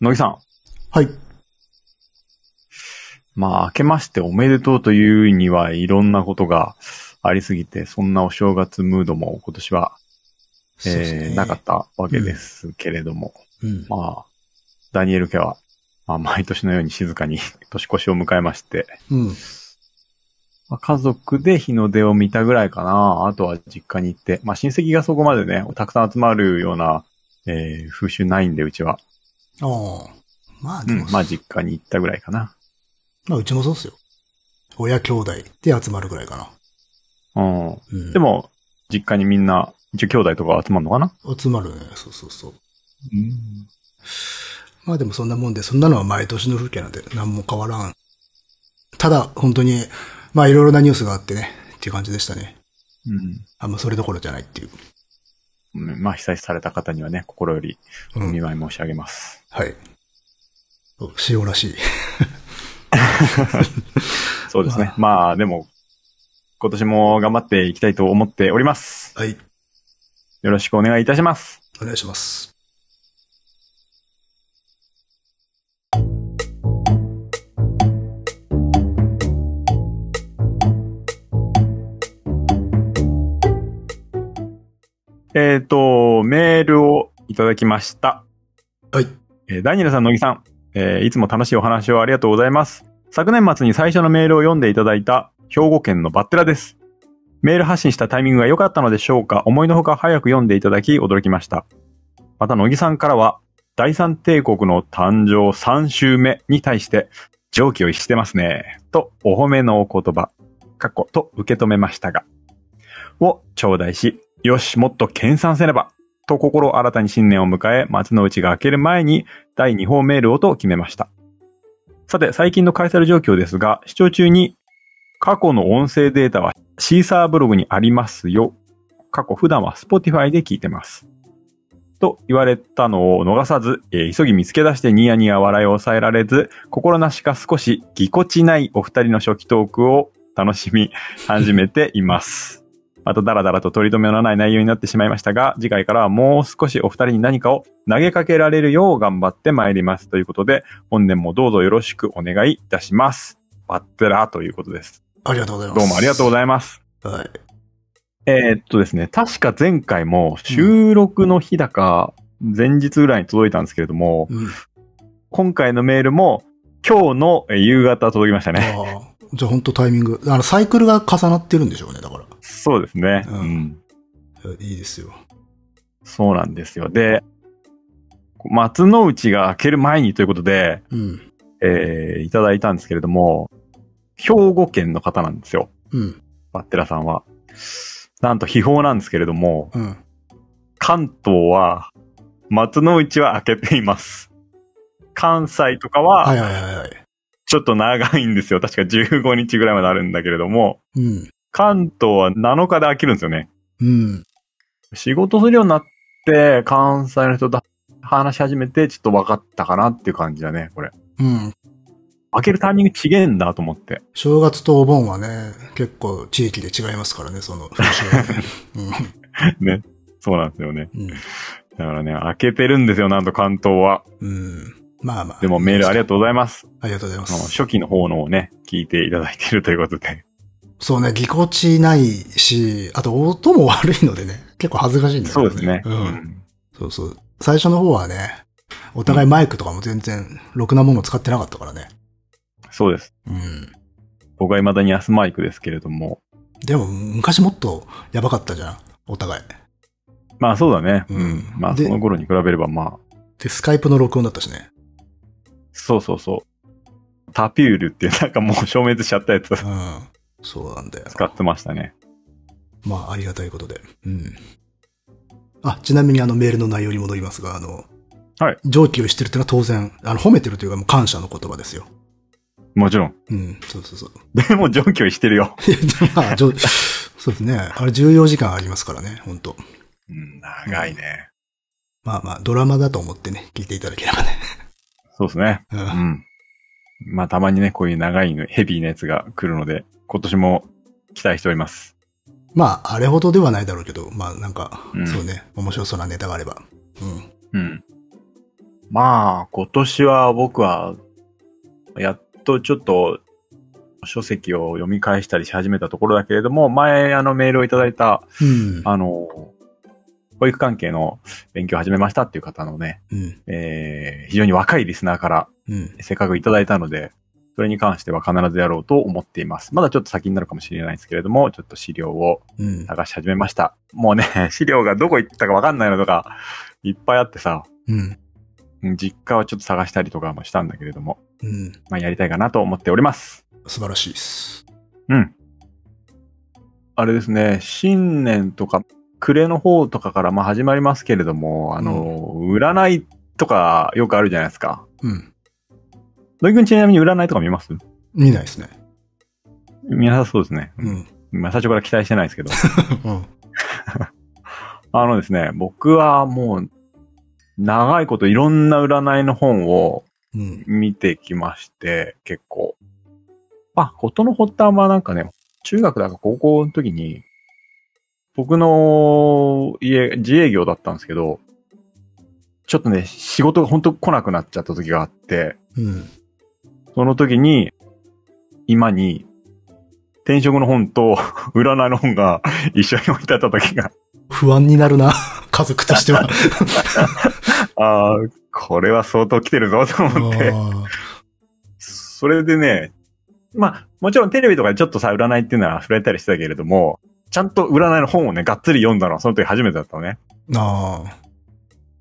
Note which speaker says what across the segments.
Speaker 1: 野木さん。
Speaker 2: はい。
Speaker 1: まあ、明けましておめでとうというにはいろんなことがありすぎて、そんなお正月ムードも今年は、
Speaker 2: そうです
Speaker 1: え
Speaker 2: ね
Speaker 1: ーなかっ。たわけですけれども、
Speaker 2: うん。
Speaker 1: まあ、ダニエル家は、まあ、毎年のように静かに 年越しを迎えまして、
Speaker 2: うん。
Speaker 1: まあ、家族で日の出を見たぐらいかな。あとは実家に行って、まあ、親戚がそこまでね、たくさん集まるような、えー風習ないんで、うちは。
Speaker 2: ああ。まあ
Speaker 1: う
Speaker 2: で
Speaker 1: ん
Speaker 2: も、、
Speaker 1: まあ、実家に行ったぐらいかな。
Speaker 2: まあうちもそうっすよ。親兄弟で集まるぐらいかな。
Speaker 1: うん。
Speaker 2: うん。
Speaker 1: で、も、実家にみんな、一応兄弟とか集まるのかな
Speaker 2: 集まるね。そうそうそう。
Speaker 1: うん。
Speaker 2: まあでもそんなもんで、そんなのは毎年の風景なんで何も変わらん。ただ、本当に、まあいろいろなニュースがあってね、っていう感じでしたね。あんまそれどころじゃないっていう。
Speaker 1: うん。まあ、被災された方にはね、心より
Speaker 2: う
Speaker 1: お見
Speaker 2: ん。
Speaker 1: 舞い申し上げます。
Speaker 2: はい。お塩らしい。
Speaker 1: そうですね。まあ、でも、今年も頑張っていきたいと思っております。
Speaker 2: はい。
Speaker 1: よろしくお願いいたします。
Speaker 2: お願いします。
Speaker 1: えっ、と、メールをいただきました。
Speaker 2: はい。
Speaker 1: えーダニエルさん、乃木さん、えーいつも楽しいお話をありがとうございます。昨年末に最初のメールを読んでいただいた兵庫県のバッテラです。メール発信したタイミングが良かったのでしょうか思いのほか早く読んでいただき驚きました。また、乃木さんからは、第三帝国の誕生3週目に対して、上記を逸してますね。と、お褒めのお言葉、かっこと受け止めましたが、を頂戴し、よし、もっと研鑽せねば、と心を新たに新年を迎え、松の内が明ける前に第2報メールをと決めました。さて、最近の開催状況ですが、視聴中に過去の音声データはシーサーブログにありますよ。過去普段は Spotify で聞いてます。と言われたのを逃さず、えー急ぎ見つけ出してニヤニヤ笑いを抑えられず、心なしか少しぎこちないお二人の初期トークを楽しみ始めています。またダラダラと取り留めのない内容になってしまいましたが、次回からはもう少しお二人に何かを投げかけられるよう頑張ってまいります。ということで、本年もどうぞよろしくお願いいたします。バッテラーということです。
Speaker 2: ありがとうございます。
Speaker 1: どうもありがとうご
Speaker 2: ざい
Speaker 1: ざいます。
Speaker 2: ます。はい。
Speaker 1: えーっとですね、確か前回も収録の日だか、前日ぐらいに届いたんですけれども、
Speaker 2: うん。
Speaker 1: 今回のメールも今日の夕方届きましたね。
Speaker 2: ああ。じゃあ本当タイミング。あの、サイクルが重なってるんでしょうね、だから。
Speaker 1: そうですね。
Speaker 2: うん
Speaker 1: うん
Speaker 2: いいですよ。
Speaker 1: そうなんですよ。で、松の内が明ける前にということで、
Speaker 2: うん。
Speaker 1: えーいただいたんですけれども、兵庫県の方なんですよ。
Speaker 2: うん。
Speaker 1: バッテラさんは。なんと秘宝なんですけれども、
Speaker 2: うん。
Speaker 1: 関東は、松の内は開けています。関西とか
Speaker 2: は
Speaker 1: は、
Speaker 2: いはいはいはい。
Speaker 1: ちょっと長いんですよ。確か15日ぐらいまであるんだけれども、
Speaker 2: うん。
Speaker 1: 関東は7日で開けるんですよね。
Speaker 2: うん。
Speaker 1: 仕事するようになって、関西の人と話し始めて、ちょっと分かったかなっていう感じだね、これ。
Speaker 2: うん。
Speaker 1: 開けるタイミングちげえんだと思って。
Speaker 2: 正月とお盆はね、結構地域で違いますからね、その風習はね
Speaker 1: そうなんですよね。
Speaker 2: うん。
Speaker 1: だからね、開けてるんですよ、なんと関東は。
Speaker 2: うん。うん。まあまあ。
Speaker 1: でもメールありが
Speaker 2: と
Speaker 1: とうございます。
Speaker 2: う。ありがとうございま
Speaker 1: あの
Speaker 2: す。
Speaker 1: 初期の方のをね、聞いていただいているということで。
Speaker 2: そうね、ぎこちないし、あと音も悪いのでね、結構恥ずかしいんだよ
Speaker 1: そうですね。
Speaker 2: う。
Speaker 1: うんん
Speaker 2: そうそう。最初の方はね、お互いマイクとかも全然、ろくなもの使ってなかったからね。
Speaker 1: そうです。
Speaker 2: うん。
Speaker 1: 僕は未だに安マイクですけれども。
Speaker 2: でも、昔もっとやばかったじゃん、お互い。
Speaker 1: まあそうだね。
Speaker 2: うん
Speaker 1: まあそ
Speaker 2: で
Speaker 1: の頃に比べればまあ、
Speaker 2: で、スカイプの録音だったしね。
Speaker 1: そうそうそう。タピュールっていうなんかもう消滅しちゃったやつを
Speaker 2: うん。そうなんだよ。
Speaker 1: 使ってましたね。
Speaker 2: まあ、ありがたいことで。うん。あ、ちなみにあのメールの内容に戻りますが、あの、
Speaker 1: はい。
Speaker 2: 上記をしてるってのは当然、あの、褒めてるというか、もう感謝の言葉ですよ。
Speaker 1: もちろん。
Speaker 2: うん、そうそう そう。
Speaker 1: でも上級してるよ。
Speaker 2: いやでもまあ、上そうですね。あれ14時間ありますからね、本当
Speaker 1: うん、長いね。
Speaker 2: まあまあ、ドラマだと思ってね、聞いていただければね。
Speaker 1: そうですね。
Speaker 2: う。
Speaker 1: うんん。まあたまにね、こういう長いの、ヘビーなやつが来るので、今年も期待しております。
Speaker 2: まあ、あれほどではないだろうけど、まあなんか、
Speaker 1: うん
Speaker 2: そうね、面白そうなネタがあれば。うん。
Speaker 1: うん。まあ、今年は僕は、やっとちょっと、書籍を読み返したりし始めたところだけれども、前、あの、メールをいただいた、
Speaker 2: うん。
Speaker 1: あの、保育関係の勉強を始めましたっていう方のね、
Speaker 2: うん。
Speaker 1: えー非常に若いリスナーから
Speaker 2: うん。
Speaker 1: せっかくいただいたので、それに関しては必ずやろうと思っています。まだちょっと先になるかもしれないですけれども、ちょっと資料を
Speaker 2: うん。
Speaker 1: 探し始めました。もうね、資料がどこ行ったかわかんないのとか、いっぱいあってさ、
Speaker 2: うん。
Speaker 1: うん実家はちょっと探したりとかもしたんだけれども、
Speaker 2: うん。
Speaker 1: まあやりたいかなと思っております。
Speaker 2: 素晴らしいです。
Speaker 1: うん。あれですね、新年とか、暮れの方とかからまあ始まりますけれども、あの、占いとかよくあるじゃないですか。
Speaker 2: うん。
Speaker 1: 土井くんちなみに占いとか見ます
Speaker 2: 見ないですね。
Speaker 1: 見なさそうですね。
Speaker 2: うん。
Speaker 1: まあ最初から期待してないですけど。
Speaker 2: うん。
Speaker 1: あのですね、僕はもう、長いこといろんな占いの本を
Speaker 2: うん。
Speaker 1: 見てきまして、結構。まあ、ことの発端はなんかね、中学だか高校の時に、僕の家、自営業だったんですけど、ちょっとね、仕事が本当来なくなっちゃった時があって、
Speaker 2: うん。
Speaker 1: その時に、今に、転職の本と 占いの本が一緒に置いてあった時が
Speaker 2: 不安になるな。 家族として は。
Speaker 1: ああ、これは相当来てるぞと思って。
Speaker 2: あ
Speaker 1: それでね、まあ、もちろんテレビとかでちょっとさ、占いっていうのは触れたりしてたけれども、ちゃんと占いの本をね、がっつり読んだのはその時初めてだったのね。
Speaker 2: ーあ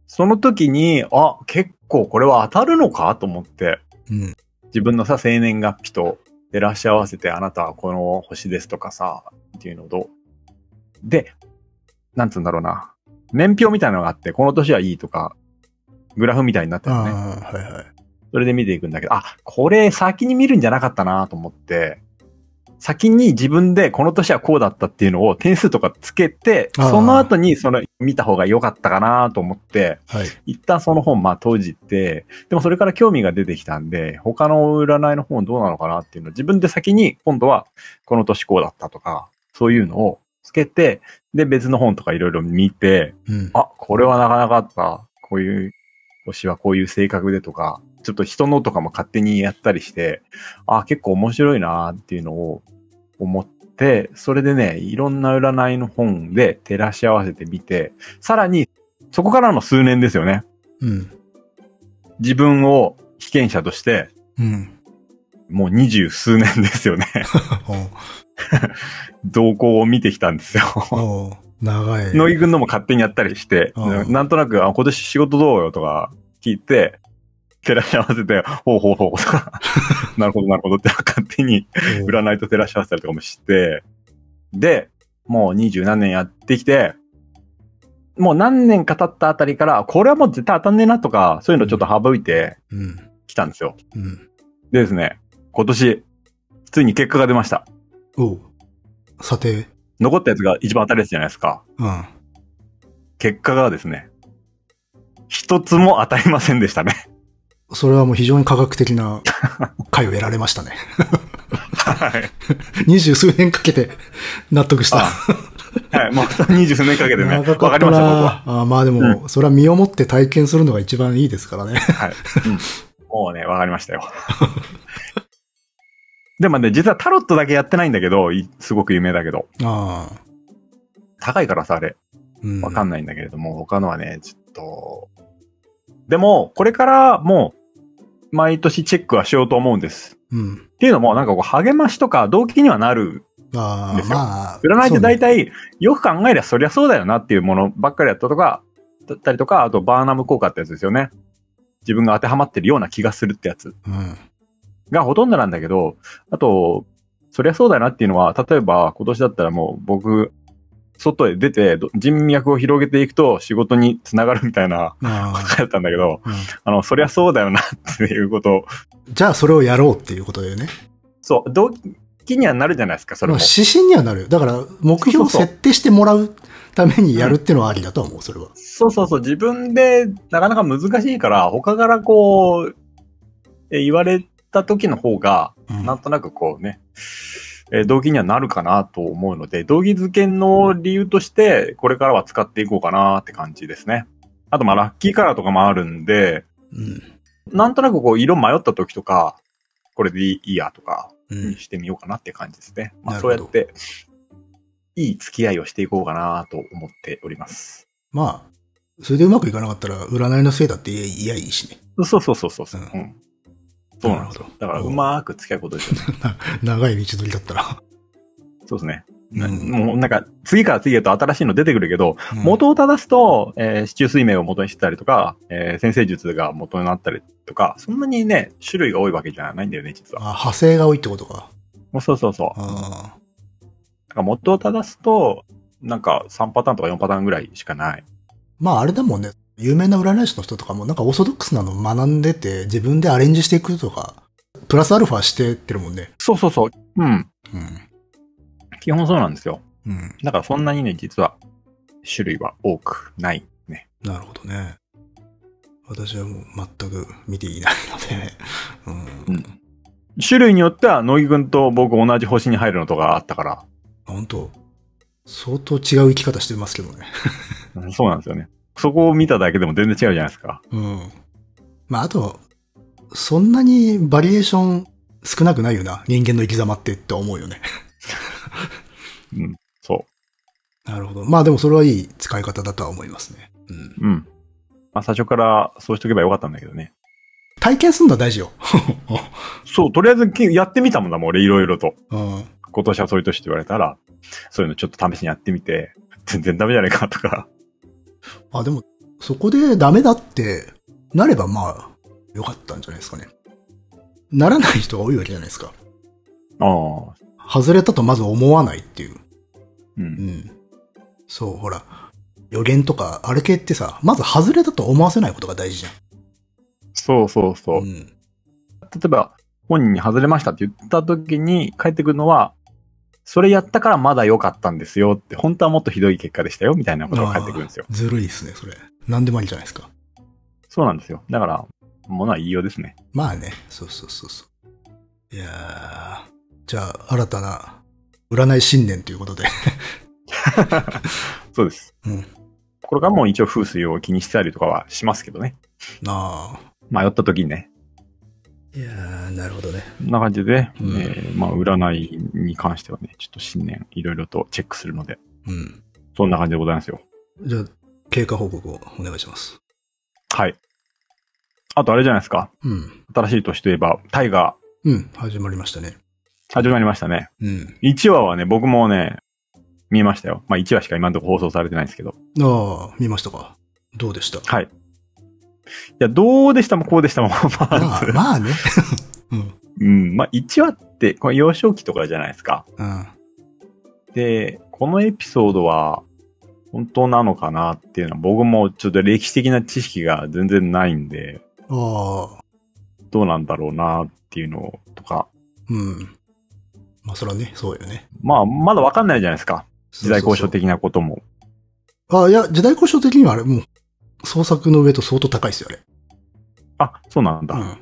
Speaker 1: その時に、あ、結構これは当たるのかと思って、
Speaker 2: ー。うん。
Speaker 1: 自分のさ、生年月日と照らし合わせて、あなたはこの星ですとかさ、っていうのと、で、なんつうんだろうな、年表みたいなのがあって、この年はいいとか、グラフみたいになってるのね。
Speaker 2: ああー、はいはい。
Speaker 1: それで見ていくんだけど、あ、これ先に見るんじゃなかったなと思って、先に自分でこの年はこうだったっていうのを点数とかつけて、
Speaker 2: あー
Speaker 1: その後にその見た方が良かったかなと思って、
Speaker 2: はい。
Speaker 1: 一旦その本まあ閉じて、でもそれから興味が出てきたんで、他の占いの本どうなのかなっていうのを自分で先に今度はこの年こうだったとか、そういうのをつけて、で別の本とかいろいろ見て、
Speaker 2: うん。
Speaker 1: あ、これはなかなかあった。こういう、星はこういう性格でとか、ちょっと人のとかも勝手にやったりして、あ、結構面白いなっていうのを思って、それでね、いろんな占いの本で照らし合わせてみて、さらに、そこからの数年ですよね。
Speaker 2: うん。
Speaker 1: 自分を被験者として、
Speaker 2: うん。
Speaker 1: もう二十数年ですよね。 動向を見てきたんですよ。
Speaker 2: おお長い。
Speaker 1: 野木くんのも勝手にやったりして、
Speaker 2: うん
Speaker 1: なんとなく、あ、今年仕事どうよとか聞いて、照らし合わせて、ほうほうほうと か、なるほどなるほどって勝手に
Speaker 2: おう
Speaker 1: 占いと照らし合わせたりとかもして、で、もう二十何年やってきて、もう何年か経ったあたりから、これはもう絶対当たんねえなとか、そういうのちょっと省いて
Speaker 2: うん。
Speaker 1: きたんですよ。
Speaker 2: うん。
Speaker 1: でですね、今年、ついに結果が出ました。
Speaker 2: おう査定。
Speaker 1: 残ったやつが一番当たるやつじゃないですか。
Speaker 2: うん。
Speaker 1: 結果がですね、一つも当たりませんでしたね。
Speaker 2: それはもう非常に科学的な回を得られましたね。
Speaker 1: はい。
Speaker 2: 二十数年かけて納得した。
Speaker 1: はい。もう二十数年かけてね。わ
Speaker 2: 長
Speaker 1: か
Speaker 2: かっ
Speaker 1: り
Speaker 2: た
Speaker 1: ました、僕は。
Speaker 2: なああまあでも、それは身をもって体験するのが一番いいで すからね。
Speaker 1: はい。うんもうね、わかりましたよ。でもね、実はタロットだけやってないんだけど、いすごく有名だけど。
Speaker 2: ああ。
Speaker 1: 高いからさ、あれ。
Speaker 2: うん。
Speaker 1: わかんないんだけれども、他のはね、ちょっと。でも、これからもう、毎年チェックはしようと思うんです。
Speaker 2: うん。
Speaker 1: っていうのも、なんかこう、励ましとか動機にはなる
Speaker 2: あ
Speaker 1: で
Speaker 2: あ、
Speaker 1: すよ
Speaker 2: まあ。
Speaker 1: 占いって大
Speaker 2: 体。
Speaker 1: 体、よく考えりゃそりゃそうだよなっていうものばっかりだったとか、だったりとか、あとバーナム効果ってやつですよね。自分が当てはまってるような気がするってやつ
Speaker 2: うん。
Speaker 1: がほとんどなんだけど、あと、そりゃそうだよなっていうのは、例えば今年だったらもう僕、外へ出てど人脈を広げていくと仕事につながるみたい なばっ
Speaker 2: あ
Speaker 1: かりだったんだけど、
Speaker 2: あ。うん
Speaker 1: あの、そりゃそうだよなっていうことを、
Speaker 2: じゃあそれをやろうっていうことだよね。
Speaker 1: そう、動機にはなるじゃないですか、それ
Speaker 2: ま
Speaker 1: も
Speaker 2: あ。指針にはなるよ。だから目標を
Speaker 1: そうそう
Speaker 2: 設定してもらうためにやるっていうのはありだとは思う、それは。
Speaker 1: そうそうそう、自分でなかなか難しいから、他からこう、え言われた時の方が、
Speaker 2: うん
Speaker 1: なんとなくこうね、えー動機にはなるかなと思うので、動機づけの理由として、これからは使っていこうかなって感じですね。あと、まあ、ラッキーカラーとかもあるんで、
Speaker 2: うん。
Speaker 1: なんとなくこう、色迷った時とか、これでいいやとか、
Speaker 2: うん
Speaker 1: に。してみようかなって感じですね。まあ、
Speaker 2: なる
Speaker 1: そう
Speaker 2: ほ
Speaker 1: や
Speaker 2: ど
Speaker 1: って、いい付き合いをしていこうかなと思っております。
Speaker 2: まあ、それでうまくいかなかったら、占いのせいだって言え言いやいいしね。
Speaker 1: そうそうそうそうそう。
Speaker 2: うん
Speaker 1: うんそうなんですよ
Speaker 2: なるほ。ど
Speaker 1: だから、うまく付き合うことですよね。
Speaker 2: 長い道のりだったら。
Speaker 1: そうですね。
Speaker 2: うん
Speaker 1: もうなんか、次から次へと新しいの出てくるけど、
Speaker 2: うん
Speaker 1: 元を正すと、えー、市中水明を元にしてたりとか、えー、先生術が元になったりとか、そんなにね、種類が多いわけじゃないんだよね、実
Speaker 2: あ、
Speaker 1: は。
Speaker 2: 派生が多いってことか。
Speaker 1: もうそうそうそう。
Speaker 2: あ
Speaker 1: だから元を正すと、なんか3パターンとか4パターンぐらいしかない。
Speaker 2: まあ、あれだもんね。有名な占い師の人とかも、なんかオーソドックスなの学んでて、自分でアレンジしていくとか、プラスアルファしてってるもんね。
Speaker 1: そうそうそう。うん。
Speaker 2: うん。
Speaker 1: 基本そうなんですよ。
Speaker 2: うん。
Speaker 1: だからそんなにね、実は種類は多くないね。
Speaker 2: なるほどね。私はもう全く見ていないので。うん。
Speaker 1: うん種類によっては、乃木くんと僕同じ星に入るのとかあったから、
Speaker 2: 本当相当違う生き方してますけどね。
Speaker 1: うんそうなんですよね。そこを見ただけでも全然違うじゃないですか。
Speaker 2: うん。まあ、あと、そんなにバリエーション少なくないよな。人間の生き様ってって思うよね。
Speaker 1: うん。そ
Speaker 2: なるほど。まあでもそれはいい使い方だとは思いますね。うん。
Speaker 1: う。うん。まあ最初からそうしとけばよかったんだけどね。
Speaker 2: 体験するのは大事よ。
Speaker 1: そう、とりあえずきやってみたもんだもん、俺いろいろと。
Speaker 2: うん。
Speaker 1: 今年はそういう年って言われたら、そういうのちょっと試しにやってみて、全然ダメじゃないかとか。
Speaker 2: あ、でも、そこでダメだってなればまあ、よかったんじゃないですかね。ならない人が多いわけじゃないですか。
Speaker 1: ああ。
Speaker 2: 外れたとまず思わないっていう。
Speaker 1: う。
Speaker 2: うんん。そう、ほら。予言とか、あれ系ってさ、まず外れたと思わせないことが大事じゃん。
Speaker 1: そうそうそう。
Speaker 2: うん。
Speaker 1: 例えば、本人に外れましたって言った時に帰ってくるのは、それやったからまだ良かったんですよって、本当はもっとひどい結果でしたよみたいなことが返ってくるんですよ。
Speaker 2: あーずるいですね、それ。なんでもありじゃないですか。
Speaker 1: そうなんですよ。だから、ものは言いようですね。
Speaker 2: まあね、そうそうそうそう。いやー、じゃあ、新たな、占い信念ということで。
Speaker 1: そうです。
Speaker 2: うん
Speaker 1: これからも一応風水を気にしてたりとかはしますけどね。
Speaker 2: なあ。
Speaker 1: 迷った時にね。
Speaker 2: いやー、なるほどね。
Speaker 1: こんな感じで、
Speaker 2: うん
Speaker 1: えーまあ、占いに関してはね、ちょっと新年いろいろとチェックするので、
Speaker 2: うん。
Speaker 1: そんな感じでございますよ。
Speaker 2: じゃあ、経過報告をお願いします。
Speaker 1: はい。あとあれじゃないですか。
Speaker 2: うん。
Speaker 1: 新しい年といえば、タイガ
Speaker 2: うん、始まりましたね。
Speaker 1: ー、始まりましたね。
Speaker 2: うん。
Speaker 1: 1話はね、僕もね、見ましたよ。まあ1話しか今のところ放送されてないんですけど。
Speaker 2: ああ、見ましたか。どうでした
Speaker 1: はい。いや、どうでしたもこうでしたも、ま
Speaker 2: まあ
Speaker 1: あ、、
Speaker 2: まあね。う
Speaker 1: う
Speaker 2: ん。
Speaker 1: ん、まあ1話って、これ幼少期とかじゃないですか。
Speaker 2: うん。
Speaker 1: で、このエピソードは、本当なのかなっていうのは、僕もちょっと歴史的な知識が全然ないんで、
Speaker 2: ああ、
Speaker 1: どうなんだろうなっていうのとか、
Speaker 2: うん。まあ、それはね、そうよね。
Speaker 1: まあ、まだわかんないじゃないですか。時代交渉
Speaker 2: そう
Speaker 1: 的なことも。
Speaker 2: そうそう。ああ、いや、時代交渉的にはあれ、もう、創作の上と相当高いですよ、あ
Speaker 1: あ、そうなんだ。
Speaker 2: れ。うん。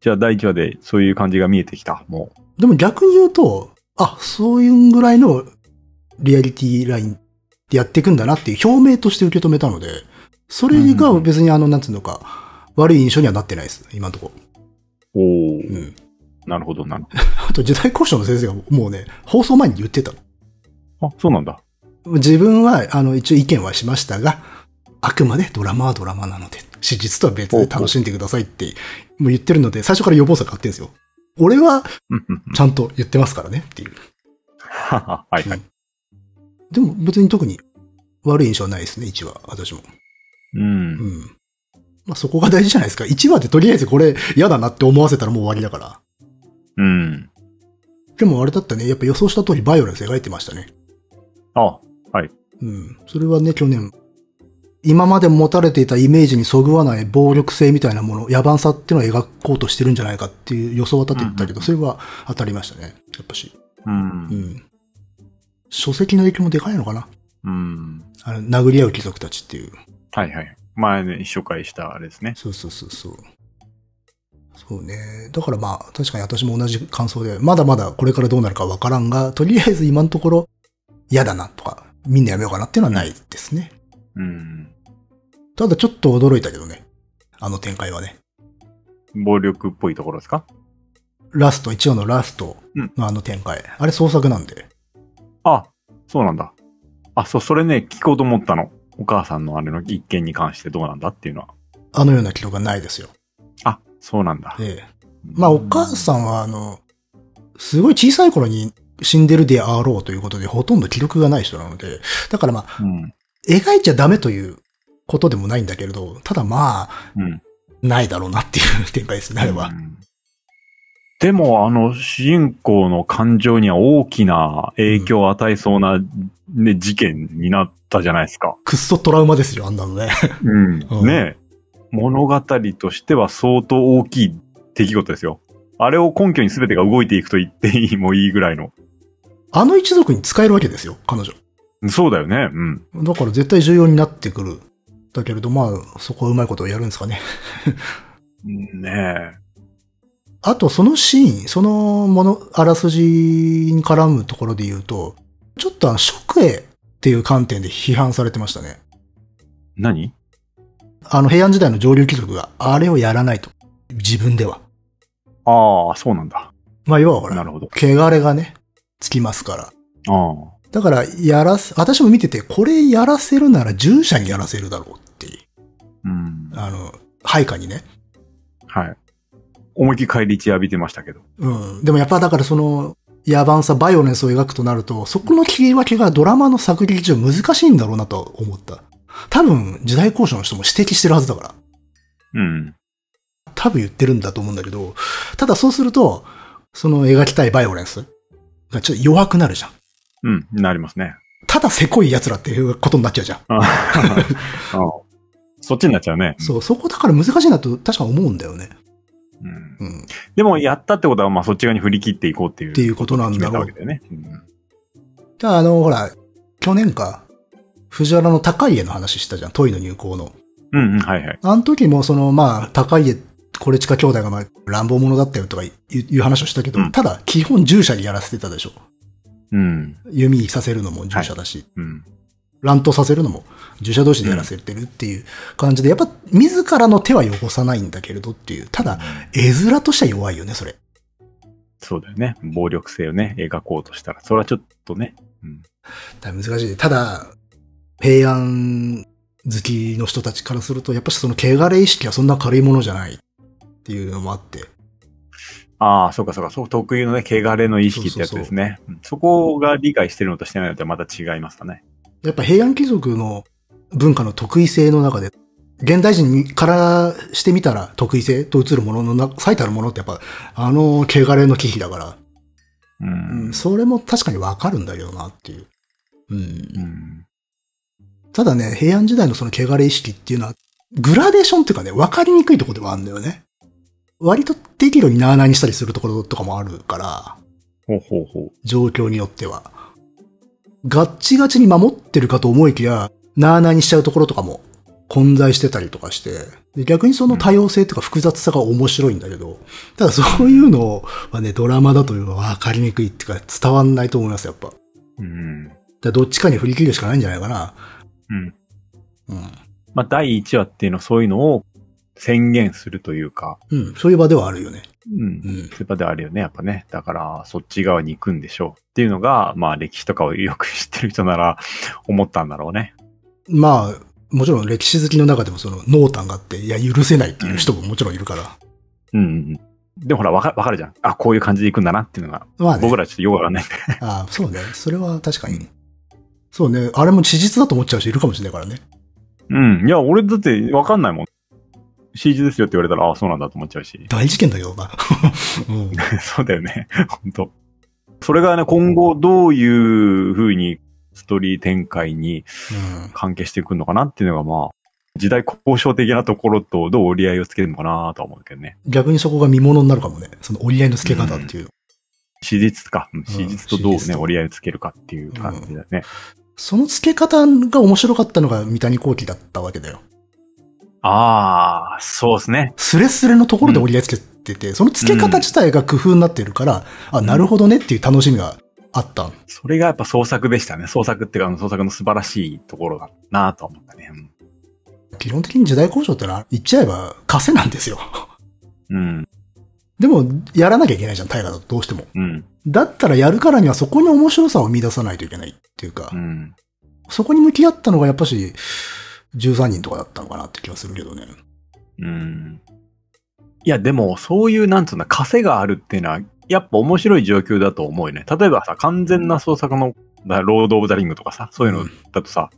Speaker 1: じゃあ第1話でそういう感じが見えてきた、もう。
Speaker 2: でも逆に言うと、あ、そういうぐらいのリアリティラインでやっていくんだなっていう表明として受け止めたので、それが別にあの、なんつうのか、悪い印象にはなってないです、今のとこ
Speaker 1: おお、
Speaker 2: ろ。うん。
Speaker 1: なるほど、なるほ
Speaker 2: あと時代交渉の先生がもうね、放送前に言ってたの。
Speaker 1: ど。あ、そうなんだ。
Speaker 2: 自分は、あの、一応意見はしましたが、あくまでドラマはドラマなので、史実とは別で楽しんでくださいって、もう言ってるので、最初から予防策買ってるんですよ。俺は
Speaker 1: うんうんうん
Speaker 2: ちゃんと言ってますからねっていう。
Speaker 1: はいはい。
Speaker 2: でも別に特に悪い印象はないですね、1話、私も。
Speaker 1: う。
Speaker 2: うんん。まあ、そこが大事じゃないですか。1話でとりあえずこれ嫌だなって思わせたらもう終わりだから。
Speaker 1: うん。
Speaker 2: でもあれだったね、やっぱ予想した通りバイオレンス描いてましたね。
Speaker 1: あ、
Speaker 2: うん。それはね、去年、今まで持たれていたイメージにそぐわない暴力性みたいなもの、野蛮さっていうのを描こうとしてるんじゃないかっていう予想は立ててたけ
Speaker 1: うんうんうん
Speaker 2: ど、それは当たりましたね。やっぱし。
Speaker 1: う。
Speaker 2: うんん。書籍の影響もでかいのかな
Speaker 1: うん。
Speaker 2: あの、殴り合う貴族たちっていう。
Speaker 1: はいはい。前ね、紹介したあれですね。
Speaker 2: そうそうそうそう。そうね。だからまあ、確かに私も同じ感想で、まだまだこれからどうなるかわからんが、とりあえず今のところ、嫌だなとか、みんなやめようかなっていうのはないですね。
Speaker 1: うん。
Speaker 2: ただちょっと驚いたけどね。あの展開はね。
Speaker 1: 暴力っぽいところですか
Speaker 2: ラスト、一応のラストのあの展開。あれ創作なんで。
Speaker 1: あ、そうなんだ。あ、そう、それね、聞こうと思ったの。お母さんのあれの一件に関してどうなんだっていうのは。
Speaker 2: あのような記録がないですよ。
Speaker 1: あ、そうなんだ。
Speaker 2: ええ。まあ、お母さんは、あの、すごい小さい頃に死んでるであろうということで、ほとんど記録がない人なので、だからまあ、
Speaker 1: うん。
Speaker 2: 描いちゃダメということでもないんだけれど、ただまあ、
Speaker 1: うん。
Speaker 2: ないだろうなっていう展開ですね、あれは
Speaker 1: う。んでも、あの、主人公の感情には大きな影響を与えそうな、ね、事件になったじゃないですか。
Speaker 2: くっそトラウマですよ、あんなのね。
Speaker 1: うん。
Speaker 2: うん
Speaker 1: ねえ物語としては相当大きい出来事ですよ。あれを根拠に全てが動いていくと言っていいもいいぐらいの。
Speaker 2: あの一族に使えるわけですよ、彼女。
Speaker 1: そうだよね。うん。
Speaker 2: だから絶対重要になってくる。だけれど、まあ、そこはうまいことをやるんですかね。
Speaker 1: ね
Speaker 2: あと、そのシーン、そのもの、あらすじに絡むところで言うと、ちょっとあの、ショクエっていう観点で批判されてましたね。
Speaker 1: え。何
Speaker 2: あの、平安時代の上流貴族があれをやらないと。自分では。
Speaker 1: ああ、そうなんだ。
Speaker 2: まあ、要はほ
Speaker 1: な
Speaker 2: ら、
Speaker 1: るほど。
Speaker 2: 汚れがね、つきますから。
Speaker 1: あ
Speaker 2: だから、やらす、私も見てて、これやらせるなら従者にやらせるだろうっていう、
Speaker 1: あ。うん。
Speaker 2: あの、配下にね。
Speaker 1: はい。思いっきり返り血浴びてましたけど。
Speaker 2: うん。でもやっぱだからその、野蛮さ、バイオレンスを描くとなると、そこの切り分けがドラマの作劇上難しいんだろうなと思った。多分、時代交渉の人も指摘してるはずだから。
Speaker 1: うん。
Speaker 2: 多分言ってるんだと思うんだけど、ただそうすると、その描きたいバイオレンスがちょっと弱くなるじゃん。
Speaker 1: うん。なります ね。
Speaker 2: ただせこい奴らっていうことになっちゃうじゃん。
Speaker 1: ああそっちになっちゃうね。
Speaker 2: そう、そこだから難しいなと確か思うんだよね。
Speaker 1: うん、
Speaker 2: うん。
Speaker 1: でも、やったってことは、まあ、そっち側に振り切っていこうっていう。
Speaker 2: っていうことなん
Speaker 1: 決
Speaker 2: だ
Speaker 1: めた
Speaker 2: ろ
Speaker 1: わ
Speaker 2: う
Speaker 1: けだよね。うん
Speaker 2: ただあの、ほら、去年か、藤原の高家の話したじゃん。トイの入校の。
Speaker 1: うん、うん、はいはい。
Speaker 2: あの時も、その、まあ、高家、これ近兄弟が、まあ、乱暴者だったよとかいういう話をしたけど、
Speaker 1: うん
Speaker 2: ただ、基本従者にやらせてたでしょ。
Speaker 1: うん。
Speaker 2: 弓させるのも従者だし、
Speaker 1: うん。
Speaker 2: 乱闘させるのも従者同士でやらせてるっていう感じで、やっぱ、自らの手は汚さないんだけれどっていう、ただ、絵面としては弱いよね、それ。
Speaker 1: そうだよね。暴力性をね、描こうとしたら、それはちょっとね。うん。
Speaker 2: だから難しい。ただ、平安好きの人たちからすると、やっぱしその汚れ意識はそんな軽いものじゃないっていうのもあって。
Speaker 1: ああ、そうかそうか。そう、特有のね、汚れの意識ってやつですね。うんそこが理解してるのとしてないのとはまた違いますかね。
Speaker 2: やっぱ平安貴族の文化の特異性の中で、現代人からしてみたら特異性と映るもののな最たるものってやっぱ、あの汚れの忌避だから、
Speaker 1: う
Speaker 2: うん
Speaker 1: ん。
Speaker 2: それも確かにわかるんだけどなっていう。うん
Speaker 1: うん。
Speaker 2: ただね、平安時代のその汚れ意識っていうのは、グラデーションっていうかね、わかりにくいところではあるんだよね。割と適度になあなあにしたりするところとかもあるから、
Speaker 1: ほうほうほ
Speaker 2: 状況によっては。ガッチガチに守ってるかと思いきや、なあなあにしちゃうところとかも混在してたりとかして、で逆にその多様性とか複雑さが面白いんだけど、ただそういうのはね、ドラマだというのは分かりにくいっていうか伝わんないと思います、やっぱ。だか
Speaker 1: う。うん。
Speaker 2: らどっちかに振り切るしかないんじゃないかな。
Speaker 1: うん。
Speaker 2: うん。
Speaker 1: まあ、第1話っていうのはそういうのを宣言するというか、
Speaker 2: うん。そういう場ではあるよね。
Speaker 1: うん
Speaker 2: う。ん。
Speaker 1: スーパーではあるよね、やっぱね。だから、そっち側に行くんでしょうっていうのが、まあ、歴史とかをよく知ってる人なら思ったんだろうね。
Speaker 2: まあ、もちろん歴史好きの中でもその濃淡があって、いや、許せないっていう人ももちろんいるから。
Speaker 1: うんうんうん。でもほら、わかわかるじゃん。あ、こういう感じで行くんだなっていうのが、
Speaker 2: まあね。
Speaker 1: 僕らちょっとよくわかんない。
Speaker 2: ああ、そうね。それは確かに。そうね。あれも史実だと思っちゃう人いるかもしれないからね。。
Speaker 1: うん。いや、俺だってわかんないもん。CG ですよって言われたら、あ、そうなんだと思っちゃうし
Speaker 2: 大事件だけど な。うん。
Speaker 1: そうだよね。 本当それがね、今後どういう風にストーリー展開に関係してくるのかなっていうのが、まあ、時代交渉的なところとどう折り合いをつけるのかなとは思うけどね。
Speaker 2: 逆にそこが見物になるかもね。その折り合いの付け方っていう。
Speaker 1: 史実か。うん史実とどう
Speaker 2: 史
Speaker 1: ね、
Speaker 2: 実と
Speaker 1: 折り合いをつけるかっていう感じだね。
Speaker 2: その付け方が面白かったのが三谷幸喜だったわけだよ。
Speaker 1: ああ、そうですね。
Speaker 2: スレスレのところで折り合いつけてて、その付け方自体が工夫になってるから、あ、なるほどねっていう楽しみがあった。
Speaker 1: それがやっぱ創作でしたね。創作っていうか、あの創作の素晴らしいところだなとは思ったね。うん
Speaker 2: 基本的に時代交渉ってのは言っちゃえば稼なんですよ。
Speaker 1: うん。
Speaker 2: でも、やらなきゃいけないじゃん、大河だとどうしても。
Speaker 1: うん。
Speaker 2: だったらやるからにはそこに面白さを見出さないといけないっていうか、
Speaker 1: うん。
Speaker 2: そこに向き合ったのがやっぱし、13人とかだったのかなって気はするけどね。
Speaker 1: うん。いや、でも、そういう、なんつうの、枷があるっていうのは、やっぱ面白い状況だと思うよね。例えばさ、完全な創作の、だロード・オブ・ザ・リングとかさ、そういうのだとさ、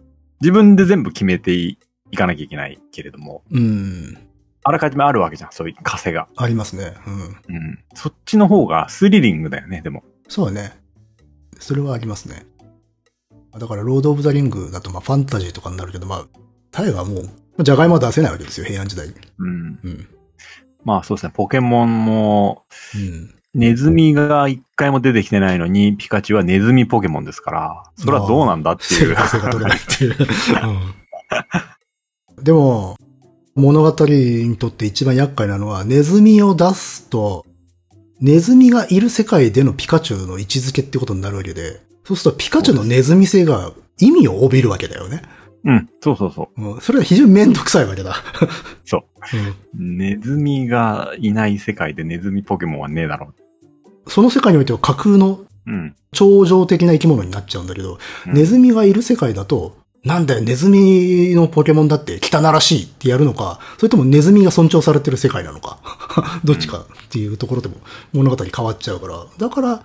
Speaker 1: 自分で全部決めていいかなきゃいけないけれども、
Speaker 2: うん。
Speaker 1: あらかじめあるわけじゃん、そういう枷が。
Speaker 2: ありますね。うん。
Speaker 1: うん。そっちの方がスリリングだよね、でも。
Speaker 2: そうだね。それはありますね。だから、ロード・オブ・ザ・リングだと、まあ、ファンタジーとかになるけど、まあ、タイはもう、じゃがいもは出せないわけですよ、平安時代に。
Speaker 1: うん。
Speaker 2: うん。
Speaker 1: まあそうですね、ポケモンも、
Speaker 2: うん。
Speaker 1: ネズミが一回も出てきてないのに、ピカチュウはネズミポケモンですから、それはどうなん だってい
Speaker 2: 正
Speaker 1: う。
Speaker 2: 確性が取れないっていう。うん、でも、物語にとって一番厄介なのは、ネズミを出すと、ネズミがいる世界でのピカチュウの位置づけってことになるわけで、そうするとピカチュウのネズミ性が意味を帯びるわけだよね。
Speaker 1: うん、そうそうそう。
Speaker 2: うん、それは非常にめんどくさいわけだ。。
Speaker 1: そう
Speaker 2: ん、
Speaker 1: ネズミがいない世界でネズミポケモンはねえだろ
Speaker 2: その世界においては架空の
Speaker 1: う。うん。
Speaker 2: 超常的な生き物になっちゃうんだけど、
Speaker 1: うん
Speaker 2: ネズミがいる世界だと、なんだよ、ネズミのポケモンだって汚らしいってやるのか、それともネズミが尊重されてる世界なのか、 どっちかっていうところでも物語変わっちゃうから、だから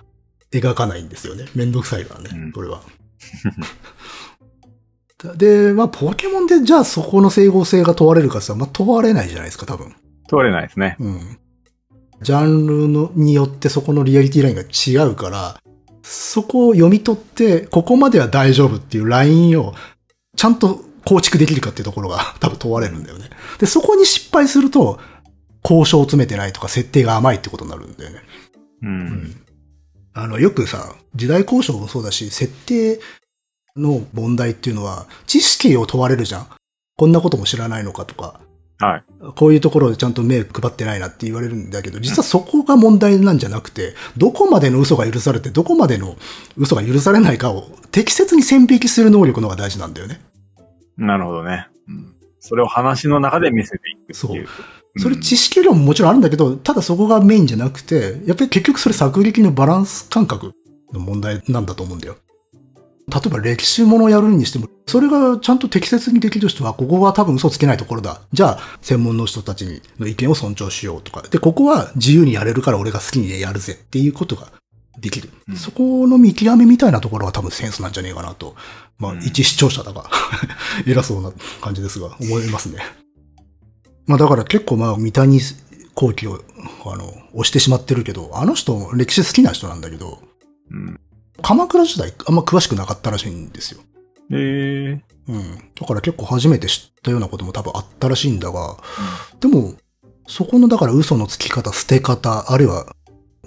Speaker 2: 描かないんですよね。めんどくさいからね、
Speaker 1: うん
Speaker 2: こ れは。で、まあ、ポケモンでじゃあそこの整合性が問われるかって言ったら、まあ、問われないじゃないですか、多分。
Speaker 1: 取れないですね。
Speaker 2: うん。ジャンルのによってそこのリアリティラインが違うから、そこを読み取って、ここまでは大丈夫っていうラインを、ちゃんと構築できるかっていうところが 多分問われるんだよね。で、そこに失敗すると、交渉を詰めてないとか設定が甘いってことになるんだよね。
Speaker 1: う。
Speaker 2: うんん。あの、よくさ、時代交渉もそうだし、設定の問題っていうのは、知識を問われるじゃん。こんなことも知らないのかとか、
Speaker 1: はい。
Speaker 2: こういうところでちゃんと目配ってないなって言われるんだけど、実はそこが問題なんじゃなくて、どこまでの嘘が許されて、どこまでの嘘が許されないかを適切に線引きする能力の方が大事なんだよね。
Speaker 1: なるほどね。うん。それを話の中で見せていくっていう。
Speaker 2: それ
Speaker 1: うん
Speaker 2: 知識量ももちろんあるんだけど、ただそこがメインじゃなくて、やっぱり結局それ作劇のバランス感覚の問題なんだと思うんだよ。例えば歴史ものをやるにしても、それがちゃんと適切にできる人は、ここは多分嘘つけないところだ。じゃあ、専門の人たちの意見を尊重しようとか。で、ここは自由にやれるから俺が好きにやるぜっていうことができる。
Speaker 1: うん
Speaker 2: そこの見極めみたいなところは多分センスなんじゃねえかなと。まあ、
Speaker 1: うん
Speaker 2: 一視聴者だが、 偉そうな感じですが、思いますね。まあだから結構まあ、三谷幸喜を、あの、押してしまってるけど、あの人、歴史好きな人なんだけど、
Speaker 1: うん。
Speaker 2: 鎌倉時代あんま詳しくなかったらしいんですよ。
Speaker 1: えー
Speaker 2: うん。だから結構初めて知ったようなことも多分あったらしいんだが、でも、そこのだから嘘のつき方、捨て方、あるいは、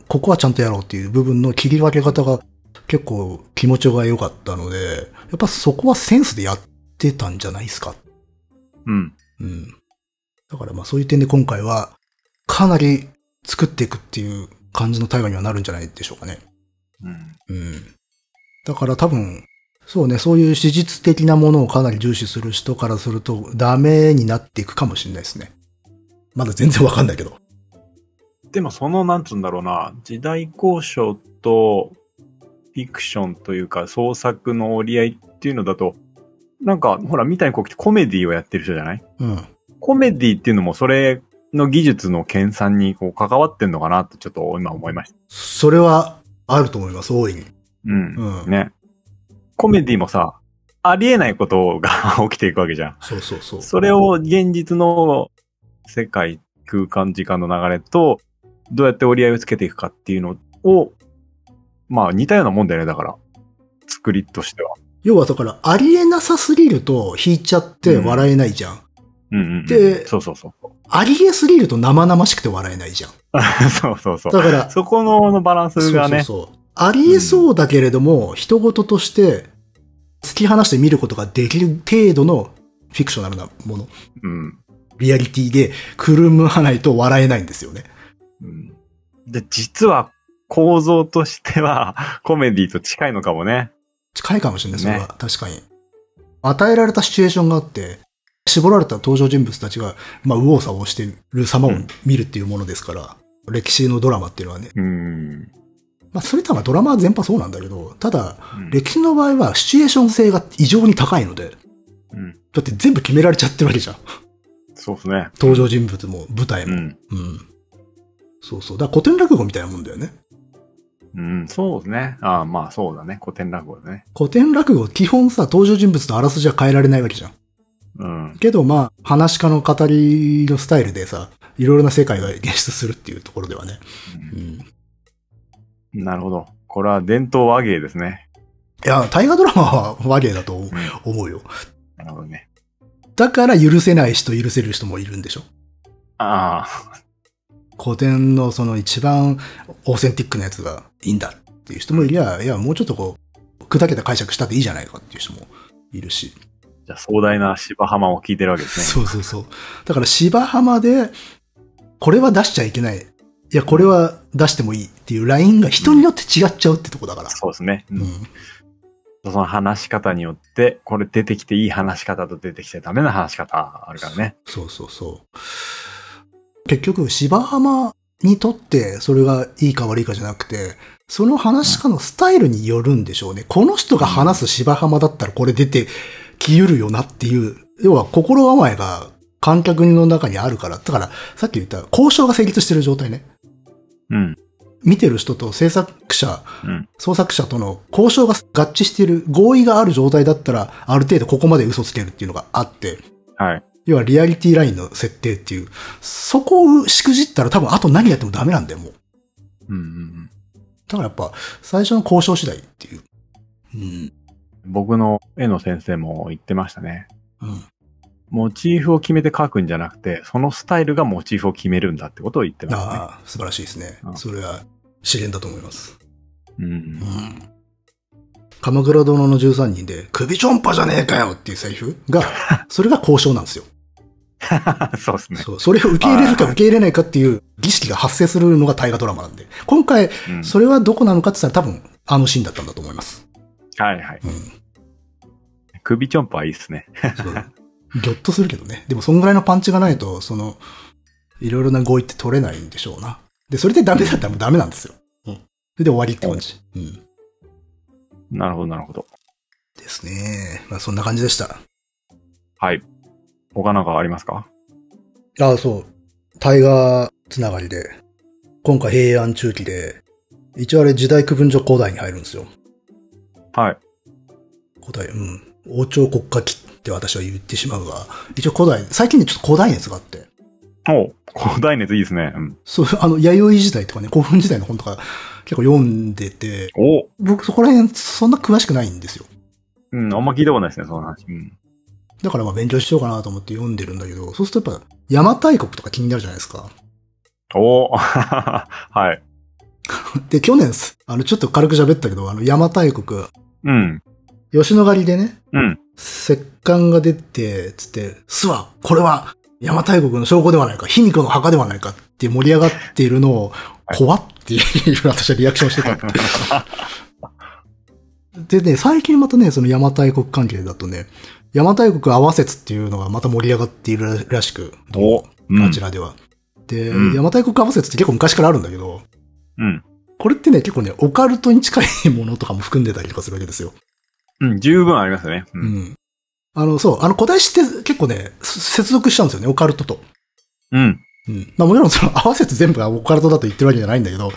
Speaker 2: ここはちゃんとやろうっていう部分の切り分け方が結構気持ちが良かったので、やっぱそこはセンスでやってたんじゃないですか
Speaker 1: うん。
Speaker 2: うん。だからまあそういう点で今回は、かなり作っていくっていう感じの大河にはなるんじゃないでしょうかね。
Speaker 1: うん。
Speaker 2: うん。だから多分、そうね、そういう史実的なものをかなり重視する人からすると、ダメになっていくかもしれないですね。まだ全然わかんないけど。
Speaker 1: でもその、なんつうんだろうな、時代交渉とフィクションというか創作の折り合いっていうのだと、なんか、ほら、三谷幸喜ってコメディをやってる人じゃない
Speaker 2: うん。
Speaker 1: コメディっていうのもそれの技術の研鑽にこう関わってんのかなってちょっと今思いました。
Speaker 2: それはあると思います、大いに。
Speaker 1: うん。
Speaker 2: うん。
Speaker 1: ね。コメディもさ、ありえないことが 起きていくわけじゃん。
Speaker 2: そうそうそう。
Speaker 1: それを現実の世界、空間、時間の流れと、どうやって折り合いをつけていくかっていうのを、まあ似たようなもんだよね、だから。作りとしては。
Speaker 2: 要はだから、ありえなさすぎると引いちゃって笑えないじゃん。
Speaker 1: うんうん、うん。
Speaker 2: で
Speaker 1: そうそう そう。
Speaker 2: ありえすぎると生々しくて笑えないじゃん。
Speaker 1: そうそうそう。
Speaker 2: だから、
Speaker 1: そこのバランスがね。
Speaker 2: そうそうそう。ありえそうだけれども、人事として突き放して見ることができる程度のフィクショナルなもの、
Speaker 1: うん。
Speaker 2: リアリティでくるむはないと笑えないんですよね。
Speaker 1: うんで、実は構造としてはコメディと近いのかもね。
Speaker 2: 近いかもしれない、それは。
Speaker 1: ね
Speaker 2: 確かに。与えられたシチュエーションがあって、絞られた登場人物たちが、まあ、右往左往してる様を見るっていうものですから、歴史のドラマっていうのはね。
Speaker 1: うん。
Speaker 2: まあ、それとはドラマは全般そうなんだけど、ただ、
Speaker 1: うん
Speaker 2: 歴史の場合はシチュエーション性が異常に高いので、
Speaker 1: うん。
Speaker 2: だって全部決められちゃってるわけじゃん。
Speaker 1: そうですね。
Speaker 2: 登場人物も舞台
Speaker 1: う
Speaker 2: も。
Speaker 1: ん。
Speaker 2: うん。そうそう。だから古典落語みたいなもんだよね。
Speaker 1: うん、そうですね。ああ、まあそうだね。古典落語だね。
Speaker 2: 古典落語、基本さ、登場人物とあらすじは変えられないわけじゃん。
Speaker 1: うん。
Speaker 2: けどまあ、話し家の語りのスタイルでさ、いろいろな世界が演出するっていうところではね。
Speaker 1: うん
Speaker 2: うん。い
Speaker 1: なるほど。これは伝統和芸ですね。
Speaker 2: や、大河ドラマは和芸だと思う
Speaker 1: うん
Speaker 2: 思うよ。
Speaker 1: なるほどね。
Speaker 2: だから許せない人許せる人もいるんでしょ。
Speaker 1: ああ、
Speaker 2: 古典のその一番オーセンティックなやつがいいんだっていう人もいりゃ、いや、もうちょっとこう、砕けた解釈したっていいじゃないかっていう人もいるし。
Speaker 1: じゃあ壮大な芝浜を聞いてるわけですね。
Speaker 2: そうそうそう。だから芝浜で、これは出しちゃいけない。いや、これは出してもいいっていうラインが人によって違っちゃうってとこだから。
Speaker 1: そうですね。う
Speaker 2: うんん。
Speaker 1: その話し方によって、これ出てきていい話し方と出てきてダメな話し方あるからね。
Speaker 2: そうそうそう。結局、芝浜にとってそれがいいか悪いかじゃなくて、その話し家のスタイルによるんでしょうね。この人が話す芝浜だったらこれ出てきゆるよなっていう、要は心構えが観客の中にあるから。だから、さっき言った交渉が成立してる状態ね。
Speaker 1: うん。
Speaker 2: 見てる人と制作者、
Speaker 1: うん。
Speaker 2: 創作者との交渉が合致している、合意がある状態だったら、ある程度ここまで嘘つけるっていうのがあって、
Speaker 1: はい。
Speaker 2: 要はリアリティラインの設定っていう、そこをしくじったら多分あと何やってもダメなんだよ、もう。
Speaker 1: うんうんうん。
Speaker 2: だからやっぱ、最初の交渉次第っていう。うん。
Speaker 1: 僕の絵の先生も言ってましたね。
Speaker 2: うん。
Speaker 1: モチーフを決めて描くんじゃなくて、そのスタイルがモチーフを決めるんだってことを言ってましたね。
Speaker 2: ああ、素晴らしいですね
Speaker 1: う。ん
Speaker 2: それは、試練だと思います。
Speaker 1: うんう。
Speaker 2: うんん。鎌倉殿の13人で、首ちょんぱじゃねえかよっていうセリフ が、それが交渉なんですよ。
Speaker 1: そうですね。
Speaker 2: そう。それを受け入れるか受け入れないかっていう儀式が発生するのが大河ドラマなんで。今回、
Speaker 1: うん
Speaker 2: それはどこなのかって言ったら多分、あのシーンだったんだと思います。
Speaker 1: はいはい。
Speaker 2: うん。
Speaker 1: 首ちょんぱはいいっすね。
Speaker 2: そうぎょっとするけどね。でも、そんぐらいのパンチがないと、その、いろいろな合意って取れないんでしょうな。で、それでダメだったらもうダメなんですよ。うん。それで終わりって感じ。うん。
Speaker 1: なるほど、なるほど。
Speaker 2: ですね。まあ、そんな感じでした。
Speaker 1: はい。他なんかありますか
Speaker 2: ああ、そう。タイガーつながりで、今回平安中期で、一応あれ時代区分上古代に入るんですよ。
Speaker 1: はい。
Speaker 2: 古代、うん。王朝国家期って私は言ってしまうが、一応古代、最近ねちょっと古代熱があって、
Speaker 1: お古代熱いいですね。うん。
Speaker 2: そう、 あの、弥生時代とかね、古墳時代の本とか結構読んでて、
Speaker 1: お
Speaker 2: 僕そこら辺そんな詳しくないんですよ。
Speaker 1: うん、あんま聞いたことないですね、その話。うん。
Speaker 2: だからまあ勉強しようかなと思って読んでるんだけど、そうするとやっぱ邪馬台国とか気になるじゃないですか。
Speaker 1: お はい。
Speaker 2: で、去年す、あの、ちょっと軽く喋ったけど、あの、邪馬台国、
Speaker 1: うん。
Speaker 2: 吉野狩りでね、
Speaker 1: うん。
Speaker 2: 石棺が出て、つって、すわ、これは邪馬台国の証拠ではないか、卑弥呼の墓ではないかって盛り上がっているのを、怖っていう私はリアクションしてた。 でね、最近またね、その邪馬台国関係だとね、邪馬台国合わせつっていうのがまた盛り上がっているらしく、
Speaker 1: おうん
Speaker 2: あちらでは。で、
Speaker 1: うん
Speaker 2: 邪馬台国合わせつって結構昔からあるんだけど、
Speaker 1: うん。
Speaker 2: これってね、結構ね、オカルトに近いものとかも含んでたりとかするわけですよ。
Speaker 1: うん、十分ありますね。う。
Speaker 2: うんん。あの、そう、あの、古代史って結構ね、す接続しちゃうんですよね、オカルトと。
Speaker 1: うん。
Speaker 2: うん。まあもちろんその合わせて全部がオカルトだと言ってるわけじゃないんだけど、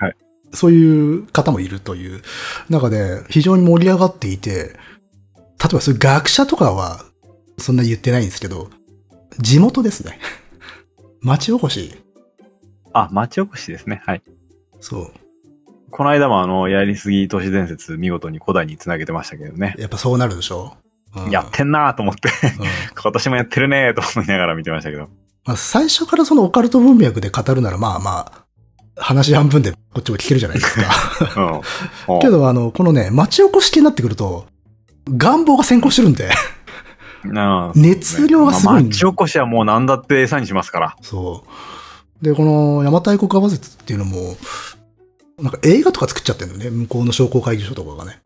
Speaker 1: はい。
Speaker 2: そういう方もいるという、なんかね、非常に盛り上がっていて、例えばそういう学者とかは、そんな言ってないんですけど、地元ですね。 町おこし。
Speaker 1: あ、町おこしですね。はい。
Speaker 2: そう。
Speaker 1: この間もあの、やりすぎ都市伝説、見事に古代につなげてましたけどね。
Speaker 2: やっぱそうなるでしょ。うん
Speaker 1: やってんなーと思って、
Speaker 2: うん
Speaker 1: 今年もやってるねーと思いながら見てましたけど。
Speaker 2: まあ、最初からそのオカルト文脈で語るなら、まあまあ、話半分でこっちも聞けるじゃないですか。
Speaker 1: うん。お
Speaker 2: けど、あの、このね、町おこし系になってくると、願望が先行してるん で、
Speaker 1: なあ
Speaker 2: 熱量がすごいん
Speaker 1: まあ
Speaker 2: だ
Speaker 1: 町おこしはもう何だって餌にしますから。
Speaker 2: そう。で、この、邪馬台国合わせっていうのも、なんか映画とか作っちゃってるのね、向こうの商工会議所とかがね。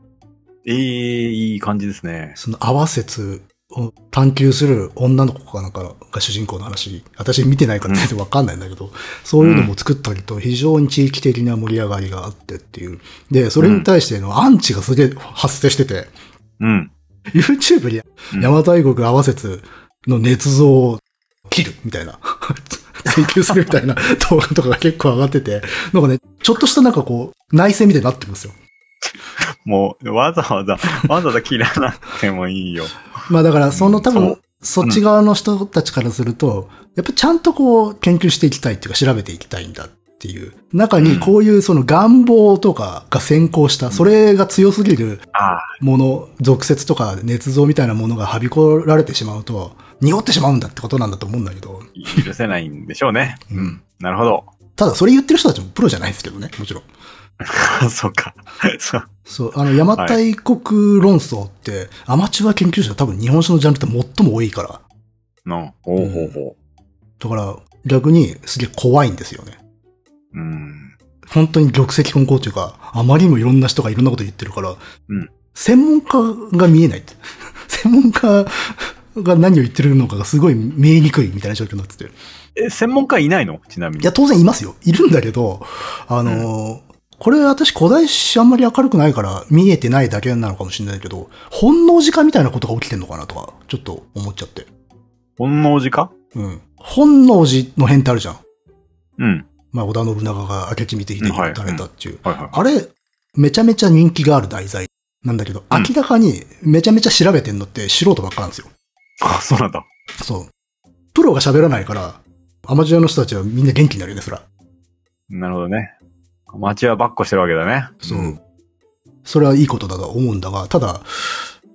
Speaker 1: ええいい感じですね。
Speaker 2: その合わせつ、を探求する女の子かなんかが主人公の話、私見てないから全然わかんないんだけど、そういうのも作ったりと非常に地域的な盛り上がりがあってっていう。で、それに対してのアンチがすげえ発生してて、
Speaker 1: うん。
Speaker 2: YouTube
Speaker 1: う
Speaker 2: に
Speaker 1: ん
Speaker 2: 邪馬台国合わせつの捏造を切るみたいな、 追求するみた いな動画とかが結構上がってて、なんかね、ちょっとしたなんかこう、内戦みたいになってるんですよ。
Speaker 1: もう、わざわざ、 わざわざ切らなくてもいいよ。
Speaker 2: まあだから、その多
Speaker 1: そ
Speaker 2: 分
Speaker 1: う、
Speaker 2: そっち側の人たちからすると、やっぱちゃんとこう、研究していきたいっていうか、調べていきたいんだっていう。中にこういうその願望とかが先行した、それが強すぎる
Speaker 1: ああ、
Speaker 2: もの、俗説とか捏造みたいなものがはびこられてしまうと、濁ってしまうんだってことなんだと思うんだけど。
Speaker 1: 許せないんでしょうね。
Speaker 2: うん。
Speaker 1: なるほど。
Speaker 2: ただ、それ言ってる人たちもプロじゃないですけどね、もちろん。
Speaker 1: そうか。そう。
Speaker 2: そう、あの、邪馬台国論争って、アマチュア研究者が多分日本史のジャンルって最も多いから。
Speaker 1: の、ほうほうほ
Speaker 2: だから、逆にすげえ怖いんですよね。
Speaker 1: う。うん。
Speaker 2: 本当に玉石混交というか、あまりにもいろんな人がいろんなこと言ってるから、
Speaker 1: うん
Speaker 2: 専門家が見えないって。 専門家が何を言ってるのかがすごい見えにくいみたいな状況になってて。い
Speaker 1: え、専門家いないのちなみに。
Speaker 2: や、当然いますよ。いるんだけど、あのーこれ私古代史あんまり明るくないから見えてないだけなのかもしれないけど、本能寺化みたいなことが起きてんのかなとか、ちょっと思っちゃって。
Speaker 1: 本能寺か
Speaker 2: うん。本能寺の変ってあるじゃん。
Speaker 1: うん。
Speaker 2: まあ、織田信長が明智光秀に撃たれたっていう。
Speaker 1: はいはい。
Speaker 2: あれ、めちゃめちゃ人気がある題材なんだけど、
Speaker 1: うん
Speaker 2: 明らかにめちゃめちゃ調べてんのって素人ばっかなんですよ。
Speaker 1: あ、そうなんだ。
Speaker 2: そう。プロが喋らないから、アマチュアの人たちはみんな元気になるよね、そら。
Speaker 1: なるほどね。町はばっこしてるわけだね。
Speaker 2: そう。それはいいことだと思うんだが、ただ、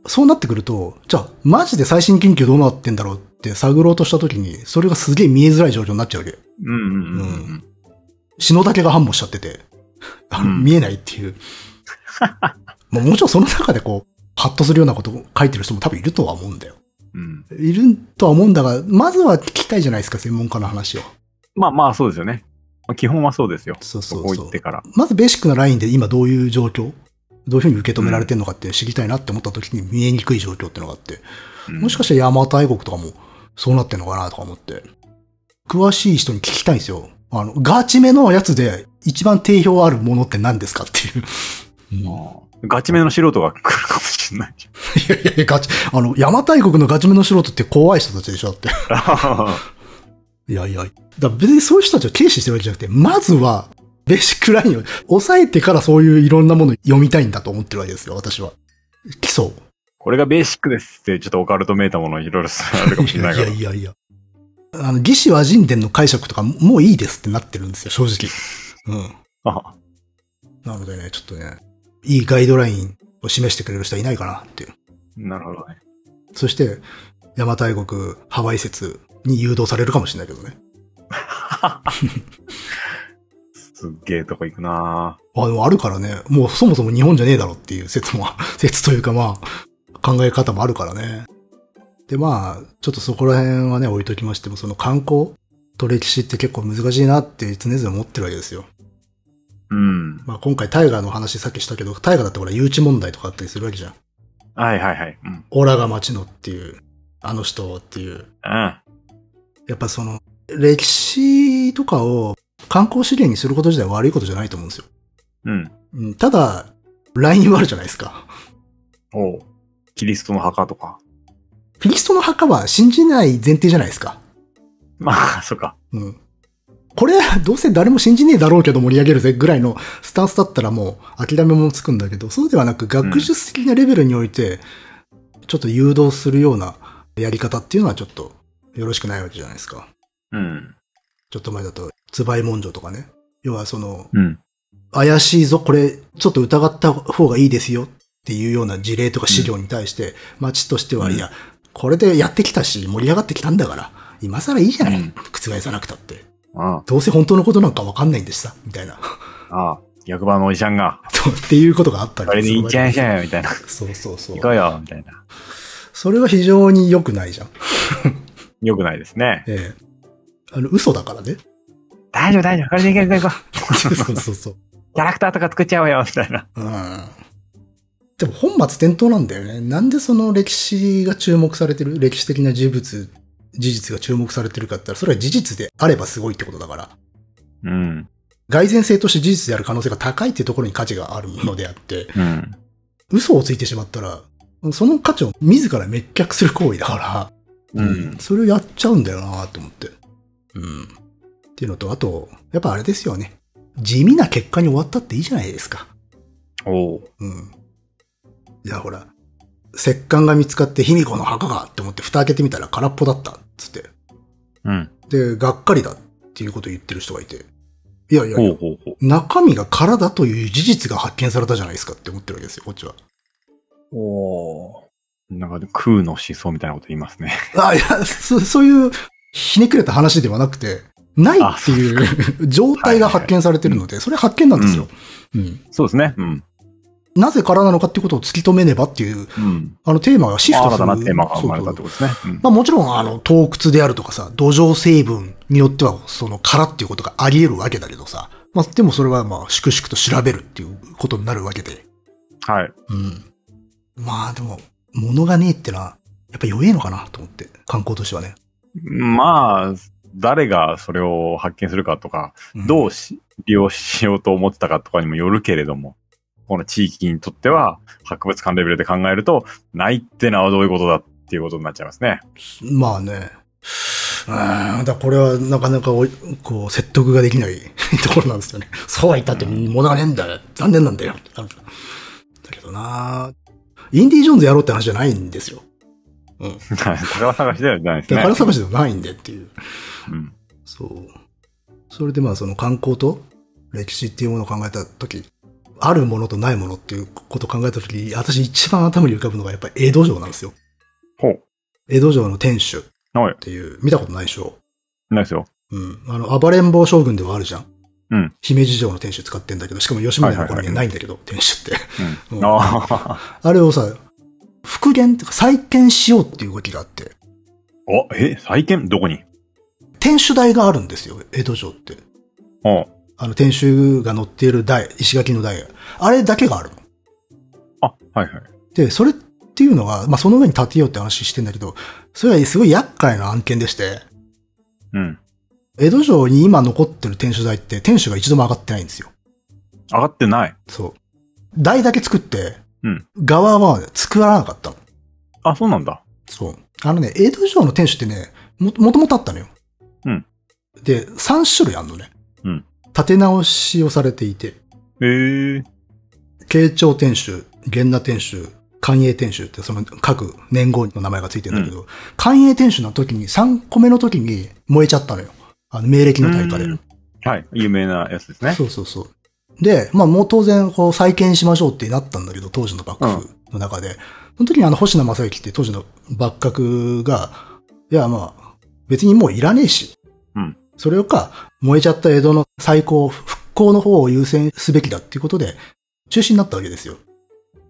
Speaker 2: そうなってくると、じゃあ、マジで最新研究どうなってんだろうって探ろうとした時に、それがすげえ見えづらい状況になっちゃうわけ。
Speaker 1: うんうんうんう。
Speaker 2: うん篠竹が繁茂しちゃってて、あの
Speaker 1: うん
Speaker 2: 見えないって いう。まあもちろんその中でこう、ハッとするようなことを書いてる人も多分いるとは思うんだよ。
Speaker 1: うん。
Speaker 2: いるとは思うんだが、まずは聞きたいじゃないですか、専門家の話を。
Speaker 1: まあまあ、そうですよね。まあ基本はそうですよ。
Speaker 2: そう
Speaker 1: そ
Speaker 2: そう
Speaker 1: こ
Speaker 2: そ
Speaker 1: 行
Speaker 2: う
Speaker 1: っ。てから。
Speaker 2: まずベーシックなラインで今どういう状況どういうふうに受け止められてるのかって知りたいなって思った時に見えにくい状況ってのがあって、
Speaker 1: うん
Speaker 2: もしかして邪馬台国とかもそうなってんのかなとか思って、詳しい人に聞きたいんですよ。あの、ガチめのやつで一番定評あるものって何ですかっていう。い
Speaker 1: ガチめの素人が来るかもしれない。
Speaker 2: や いやいや、ガチ、あの、邪馬台国のガチめの素人って怖い人たちでしょだって。いやいや、だから別にそういう人たちを軽視してるわけじゃなくて、まずは、ベーシックラインを抑えてからそういういろんなものを読みたいんだと思ってるわけですよ、私は。基礎。
Speaker 1: これがベーシックですって、ちょっとオカルトめいたものをいろいろあるかもし
Speaker 2: い
Speaker 1: れな
Speaker 2: や
Speaker 1: い
Speaker 2: い
Speaker 1: か
Speaker 2: や
Speaker 1: ら。
Speaker 2: いやいや。あの、義士和人伝の解釈とかももういいですってなってるんですよ、正直。うん。
Speaker 1: あ
Speaker 2: なのでね、ちょっとね、いいガイドラインを示してくれる人はいないかなっていう。
Speaker 1: なるほどね。
Speaker 2: そして、邪馬台国、ハワイ説に誘導されるかもしれないけどね。
Speaker 1: すっげえとこ行くなぁ
Speaker 2: あ、でもあるからね。もうそもそも日本じゃねえだろっていう説も、 説というかまあ、考え方もあるからね。でまあ、ちょっとそこら辺はね、置いときましても、その観光と歴史って結構難しいなって常々思ってるわけですよ。
Speaker 1: うん。
Speaker 2: まあ今回タイガーの話さっきしたけど、タイガーだってほら誘致問題とかあったりするわけじゃん。
Speaker 1: はいはいはい。うん。
Speaker 2: オラが町のっていう、あの人っていう。
Speaker 1: うん。
Speaker 2: やっぱその、歴史とかを観光資源にすること自体は悪いことじゃないと思うんですよ。
Speaker 1: うん。
Speaker 2: うん、ただ、ラインはあるじゃないですか。
Speaker 1: おうキリストの墓とか。
Speaker 2: キリストの墓は信じない前提じゃないですか。
Speaker 1: まあ、そっか。
Speaker 2: うん。これ、どうせ誰も信じねえだろうけど盛り上げるぜぐらいのスタンスだったらもう諦めもつくんだけど、そうではなく学術的なレベルにおいて、ちょっと誘導するようなやり方っていうのはちょっとよろしくないわけじゃないですか。
Speaker 1: うん。
Speaker 2: ちょっと前だと、つばい文書とかね。要はその、
Speaker 1: うん。
Speaker 2: 怪しいぞ、これ、ちょっと疑った方がいいですよっていうような事例とか資料に対して、町としては、
Speaker 1: うん
Speaker 2: いや、これでやってきたし、盛り上がってきたんだから、今更いいじゃない、
Speaker 1: うん
Speaker 2: 覆さなくたって。
Speaker 1: ああ。
Speaker 2: どうせ本当のことなんかわかんないんでさ、みたいな。
Speaker 1: ああ。役場のおじちゃんが、
Speaker 2: そうっていうことがあったり
Speaker 1: あれに行っちゃい
Speaker 2: い
Speaker 1: しゃいよ、みたいな。
Speaker 2: そうそうそう
Speaker 1: 行。こうよ、みたいな。
Speaker 2: それは非常に良くないじゃん。
Speaker 1: よくないですね。
Speaker 2: ええあの、嘘だからね。
Speaker 1: 大丈夫、大丈夫。これで行こう、行こう、行こ
Speaker 2: そうそうそう。
Speaker 1: う。キャラクターとか作っちゃおうよ、みたいな。
Speaker 2: うん。でも本末転倒なんだよね。なんでその歴史が注目されてる、歴史的な事物、事実が注目されてるかって言ったら、それは事実であればすごいってことだから。
Speaker 1: うん。
Speaker 2: 蓋然性として事実である可能性が高いっていうところに価値があるのであって、
Speaker 1: うん。
Speaker 2: 嘘をついてしまったら、その価値を自ら滅却する行為だから、
Speaker 1: うん。
Speaker 2: それをやっちゃうんだよなと思って。うん。っていうのと、あと、やっぱあれですよね。地味な結果に終わったっていいじゃないですか。
Speaker 1: おう。
Speaker 2: うん。いや、ほら、石棺が見つかって、卑弥呼の墓がって思って蓋開けてみたら空っぽだった、つって。
Speaker 1: うん。
Speaker 2: で、がっかりだっていうことを言ってる人がいて。いやいやい
Speaker 1: ほ
Speaker 2: や
Speaker 1: うほうほう。
Speaker 2: 中身が空だという事実が発見されたじゃないですかって思ってるわけですよ、こっちは。
Speaker 1: おなんか、空の思想みたいなこと言いますね。
Speaker 2: あ、いや、そそういう、ひねくれた話ではなくて、ないっていう状態が発見されてるので、それ発見なんですよ。うん。
Speaker 1: そうですね。うん。
Speaker 2: なぜ空なのかっていうことを突き止めねばっていう、
Speaker 1: うん。
Speaker 2: あのテーマがシフト
Speaker 1: 新
Speaker 2: す
Speaker 1: た
Speaker 2: る。
Speaker 1: なテーマが生まれた
Speaker 2: そ
Speaker 1: って
Speaker 2: うそ
Speaker 1: こ
Speaker 2: う
Speaker 1: とですね。うん
Speaker 2: まあもちろん、あの、洞窟であるとかさ、土壌成分によっては、その殻っていうことがあり得るわけだけどさ、まあでもそれはまあ、粛々と調べるっていうことになるわけで。
Speaker 1: はい。
Speaker 2: うん。まあでも、物がねえってのは、やっぱ弱えのかなと思って、観光としてはね。
Speaker 1: まあ、誰がそれを発見するかとか、
Speaker 2: うん
Speaker 1: どうし利用しようと思ってたかとかにもよるけれども、この地域にとっては、博物館レベルで考えると、ないってのはどういうことだっていうことになっちゃいますね。
Speaker 2: まあね。うーんだからこれはなかなかおこう説得ができない ところなんですよね。そうは言ったって物がねえんだよ。残念なんだよ。だけどなインディ・ジョーンズやろうって話じゃないんですよ。
Speaker 1: 宝探しではないですね。
Speaker 2: 宝探しではないんでっていう。
Speaker 1: うん。
Speaker 2: そう。それでまあその観光と歴史っていうものを考えたとき、あるものとないものっていうことを考えたとき、私一番頭に浮かぶのがやっぱり江戸城なんですよ。
Speaker 1: ほう。
Speaker 2: 江戸城の天守っ
Speaker 1: はい。
Speaker 2: ていう、見たことないでしょ
Speaker 1: ないですよ。
Speaker 2: うん。あの、暴れん坊将軍ではあるじゃん。
Speaker 1: うん。
Speaker 2: 姫路城の天守使ってんだけど、しかも吉宗の頃にはないんだけど、天守って。
Speaker 1: う。
Speaker 2: う んん
Speaker 1: ああ。
Speaker 2: あれをさ、復元とか再建しようっていう動きがあって、
Speaker 1: お、え、再建どこに
Speaker 2: 天守台があるんですよ、江戸城って。
Speaker 1: おう
Speaker 2: あの、天守が載っている台、石垣の台。あれだけがあるの。
Speaker 1: あ、はいはい。
Speaker 2: で、それっていうのは、まあ、その上に建てようって話してんだけど、それはすごい厄介な案件でして、
Speaker 1: うん。
Speaker 2: 江戸城に今残ってる天守台って、天守が一度も上がってないんですよ。
Speaker 1: 上がってない。
Speaker 2: そう。台だけ作って、
Speaker 1: うん
Speaker 2: 側は作らなかったの。
Speaker 1: あ、そうなんだ。
Speaker 2: そう。あのね、江戸城の天守ってね、も、もともとあったのよ。
Speaker 1: うん
Speaker 2: で、3種類あんのね。
Speaker 1: うん
Speaker 2: 立て直しをされていて、
Speaker 1: ええー。
Speaker 2: 慶長天守、源那天守、寛永天守ってその各年号の名前がついてるんだけど、寛永天守の時に、3個目の時に燃えちゃったのよ。あの、明暦の大火で。
Speaker 1: うんはい。有名なやつですね。
Speaker 2: そうそうそう。で、まあもう当然、こう再建しましょうってなったんだけど、当時の幕府の中で。その時にあの星名正幸って当時の幕閣が、いやまあ、別にもういらねえし。
Speaker 1: うん
Speaker 2: それをか、燃えちゃった江戸の再興、復興の方を優先すべきだっていうことで、中止になったわけですよ。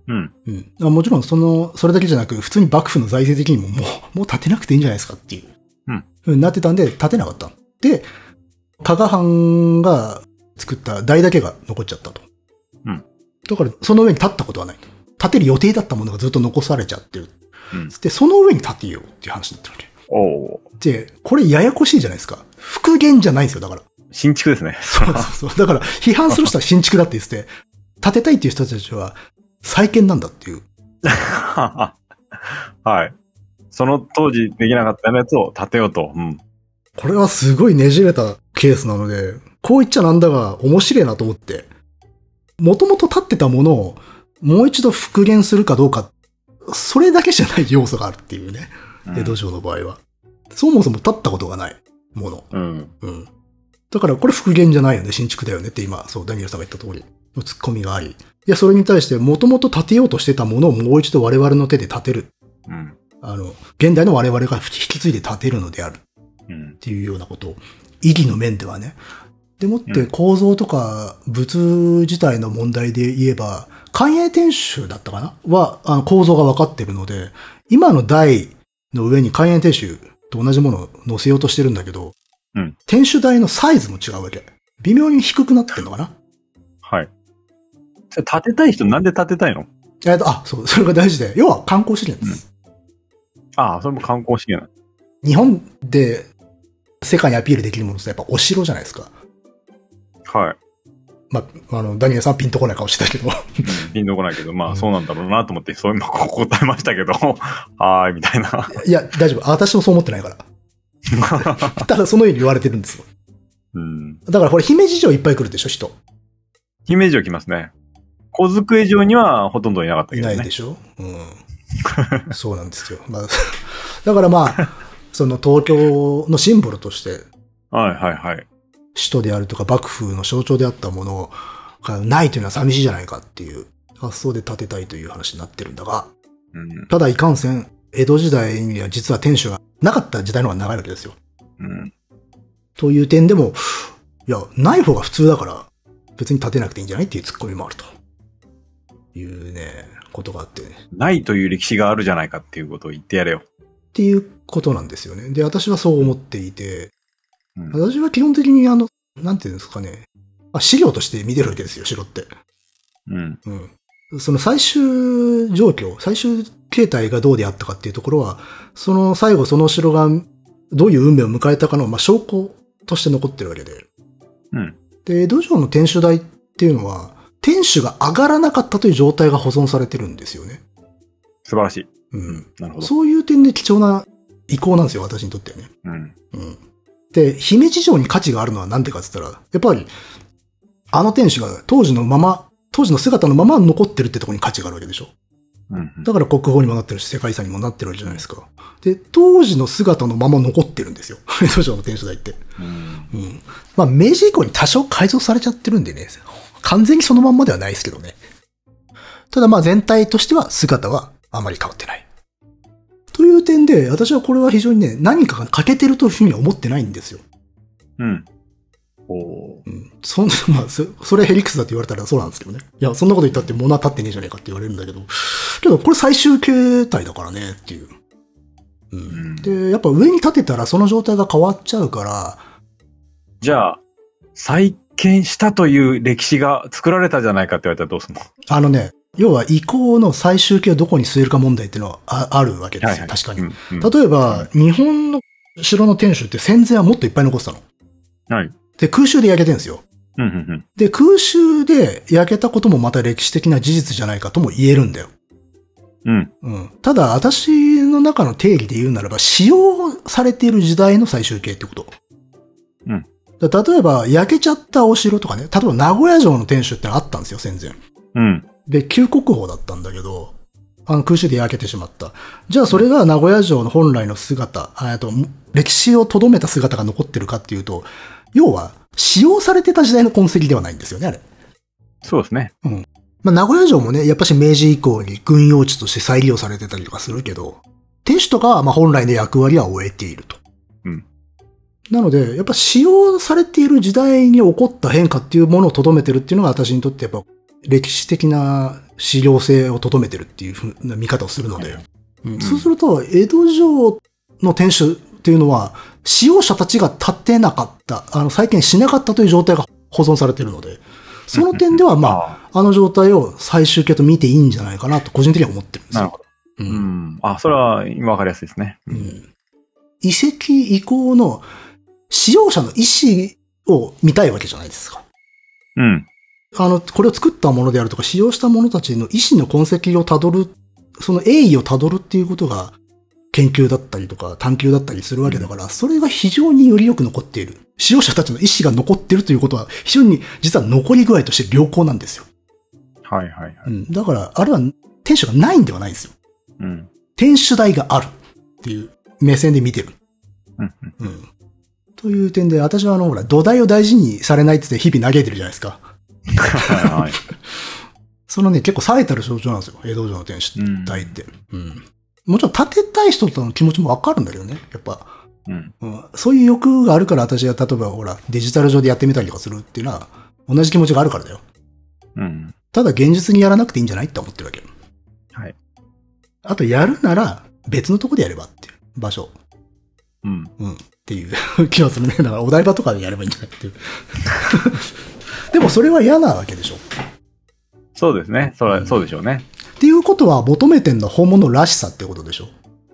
Speaker 1: うん。
Speaker 2: うん。まあもちろん、その、それだけじゃなく、普通に幕府の財政的にももう、 もう建てなくていいんじゃないですかっていう。
Speaker 1: うん。
Speaker 2: うん、なってたんで、建てなかった。で、加賀藩が作った台だけが残っちゃったと。
Speaker 1: うん。
Speaker 2: だから、その上に建ったことはない。建てる予定だったものがずっと残されちゃってる。
Speaker 1: うん
Speaker 2: で、その上に建てようっていう話になってるわ
Speaker 1: おう
Speaker 2: け。で、これややこしいじゃないですか。復元じゃないんですよ、だから。
Speaker 1: 新築ですね。
Speaker 2: そう そうそう。だから、批判する人は新築だって言ってて、建てたいっていう人たちは、再建なんだっていう。
Speaker 1: はい。その当時できなかったやつを立てようと。うん。
Speaker 2: これはすごいねじれたケースなので、こう言っちゃなんだが面白いなと思って、もともと立ってたものをもう一度復元するかどうか、それだけじゃない要素があるっていうね、
Speaker 1: うん
Speaker 2: 江戸城の場合は。そもそも立ったことがないもの。
Speaker 1: うん。
Speaker 2: うん。だからこれ復元じゃないよね、新築だよねって今、そう、ダニエルさんが言った通りのツッコミがあり。いや、それに対してもともと建てようとしてたものをもう一度我々の手で建てる。
Speaker 1: うん。
Speaker 2: あの、現代の我々が引き継いで建てるのである。
Speaker 1: うん
Speaker 2: っ。ていうようなことを、意義の面ではね。でもっ
Speaker 1: う
Speaker 2: て構造とか物自体の問題で言えば、官営天守だったかなは、あの構造が分かってるので、今の台の上に官営天守と同じものを載せようとしてるんだけど、
Speaker 1: うん
Speaker 2: 天守台のサイズも違うわけ。微妙に低くなってるのかな
Speaker 1: はい。それ立てたい人なんで立てたいの
Speaker 2: えっと、あ、そう、それが大事で。要は観光資源です。
Speaker 1: ああ、それも観光資源。
Speaker 2: 日本で世界にアピールできるものってやっぱお城じゃないですか。
Speaker 1: は
Speaker 2: まあ、あの、ダニエルさんはピンとこない顔してたけど。
Speaker 1: い。ピンとこないけど、ま
Speaker 2: う
Speaker 1: あ
Speaker 2: ん
Speaker 1: そうなんだろうなと思って、そういうの こう答えましたけど、 はーい、みたいな。
Speaker 2: いや、大丈夫。私もそう思ってないから。ただそのように言われてるんですよ。
Speaker 1: うん。
Speaker 2: だからこれ姫路城いっぱい来るでしょ、人。
Speaker 1: 姫路城来ますね。小机城にはほとんどいなかった
Speaker 2: い
Speaker 1: けど
Speaker 2: ない
Speaker 1: ね
Speaker 2: で。しょうん。そうなんですよ。まあ、 だからまあ、その東京のシンボルとして、
Speaker 1: はいはいはい。
Speaker 2: 首都であるとか幕府の象徴であったものがないというのは寂しいじゃないかっていう発想で建てたいという話になってるんだが、
Speaker 1: うん。
Speaker 2: ただいかんせん、江戸時代には実は天守がなかった時代の方が長いわけですよ。
Speaker 1: うん。
Speaker 2: という点でも、いや、ない方が普通だから、別に立てなくていいんじゃないっていうツッコミもあると。いうね、ことがあってね。っ
Speaker 1: ないという歴史があるじゃないかっていうことを言ってやれよ。
Speaker 2: ていうことなんですよね。で、私はそう思ってい
Speaker 1: う
Speaker 2: て、
Speaker 1: ん
Speaker 2: 私は基本的にあの、なんていうんですかね、まあ、資料として見てるわけですよ、城って。
Speaker 1: うん。
Speaker 2: うん。その最終状況、最終形態がどうであったかっていうところは、その最後その城がどういう運命を迎えたかの、まあ、証拠として残ってるわけで。
Speaker 1: うん。
Speaker 2: で、江戸城の天守台っていうのは、天守が上がらなかったという状態が保存されてるんですよね。
Speaker 1: 素晴らしい。
Speaker 2: うん。
Speaker 1: なるほど。
Speaker 2: そういう点で貴重な遺構なんですよ、私にとってはね。
Speaker 1: うん。
Speaker 2: うん。で、姫路城に価値があるのはなんでかって言ったら、やっぱり、あの天守が当時のまま、当時の姿のまま残ってるってところに価値があるわけでしょ。
Speaker 1: うん。
Speaker 2: だから国宝にもなってるし、世界遺産にもなってるわけじゃないですか。で、当時の姿のまま残ってるんですよ。 江戸城の天守台って。
Speaker 1: うん
Speaker 2: うん。まあ、明治以降に多少改造されちゃってるんでね、完全にそのまんまではないですけどね。ただまあ全体としては姿はあまり変わってない。という点で、私はこれは非常にね、何かが欠けてるというふうには思ってないんですよ。
Speaker 1: うん。おー
Speaker 2: うん。そんな、 まあ、そそれヘリクスだって言われたらそうなんですけどね。いや、そんなこと言ったって物は立ってねえじゃねえかって言われるんだけど。けど、これ最終形態だからねっていう。う。
Speaker 1: うんん
Speaker 2: で、やっぱ上に立てたらその状態が変わっちゃうから、
Speaker 1: じゃあ、再建したという歴史が作られたじゃないかって言われたらどうすんの
Speaker 2: あのね、要は移行の最終形をどこに据えるか問題っていうのはああるわけですよ、確かに。
Speaker 1: うんうん
Speaker 2: 例えば、日本の城の天守って戦前はもっといっぱい残ってたの。
Speaker 1: はい。
Speaker 2: で、空襲で焼けてるんですよ。
Speaker 1: うんうん
Speaker 2: で、空襲で焼けたこともまた歴史的な事実じゃないかとも言えるんだよ。
Speaker 1: うん。うん。
Speaker 2: うん。ただ、私の中の定義で言うならば、使用されている時代の最終形ってこと。
Speaker 1: うん
Speaker 2: だから例えば、焼けちゃったお城とかね、例えば名古屋城の天守ってのあったんですよ、戦前。
Speaker 1: うん。
Speaker 2: で、旧国宝だったんだけど、あの空襲で焼けてしまった。じゃあそれが名古屋城の本来の姿、あえっと歴史をとどめた姿が残ってるかっていうと、要は使用されてた時代の痕跡ではないんですよね、あれ。
Speaker 1: そうですね。
Speaker 2: まあ、名古屋城もね、やっぱし明治以降に軍用地として再利用されてたりとかするけど、天守とかはまあ本来の役割は終えていると。
Speaker 1: うん
Speaker 2: なので、やっぱ使用されている時代に起こった変化っていうものをとどめてるっていうのが私にとってやっぱ歴史的な資料性をとどめてるっていうふうな見方をするので、
Speaker 1: ん
Speaker 2: そうすると、江戸城の天守っていうのは、使用者たちが建てなかった、あの、再建しなかったという状態が保存されてるので、その点ではまあ、
Speaker 1: あ
Speaker 2: あの状態を最終形と見ていいんじゃないかなと個人的には思ってるんです
Speaker 1: なる
Speaker 2: よ。
Speaker 1: ほど。
Speaker 2: う
Speaker 1: うんん。あ、それはわかりやすいですね。う
Speaker 2: うんん遺跡移行の使用者の意思を見たいわけじゃないですか。
Speaker 1: うん。
Speaker 2: あの、これを作ったものであるとか、使用した者たちの意思の痕跡をたどる、その栄意をたどるっていうことが、研究だったりとか探求だったりするわけだから、それが非常によりよく残っている。使用者たちの意思が残っているということは、非常に実は残り具合として良好なんですよ。
Speaker 1: はいはいはい。
Speaker 2: うん。だから、あれは、天守がないんではないんですよ。
Speaker 1: うん。
Speaker 2: 天守台があるっていう目線で見てる。
Speaker 1: うんうん
Speaker 2: うん。という点で、私はあの、ほら、土台を大事にされないって言って日々嘆いてるじゃないですか。
Speaker 1: はいはい。
Speaker 2: そのね、結構最たる象徴なんですよ。江戸城の天守台って。うん。もちろん建てたい人との気持ちもわかるんだけどね、やっぱ。
Speaker 1: うん。
Speaker 2: うん、そういう欲があるから私は、例えばほら、デジタル上でやってみたりとかするっていうのは、同じ気持ちがあるからだよ。
Speaker 1: うん。
Speaker 2: ただ現実にやらなくていいんじゃないって思ってるわけ。
Speaker 1: はい。
Speaker 2: あと、やるなら、別のとこでやればっていう。場所。
Speaker 1: うん。
Speaker 2: うん。っていう気はするね。だからお台場と かでやればいいんじゃないっていう。でもそれは嫌なわけでしょ。
Speaker 1: そうですね。そらそうでしょうね。
Speaker 2: っていうことは求めてんのは本物らしさってことでしょ。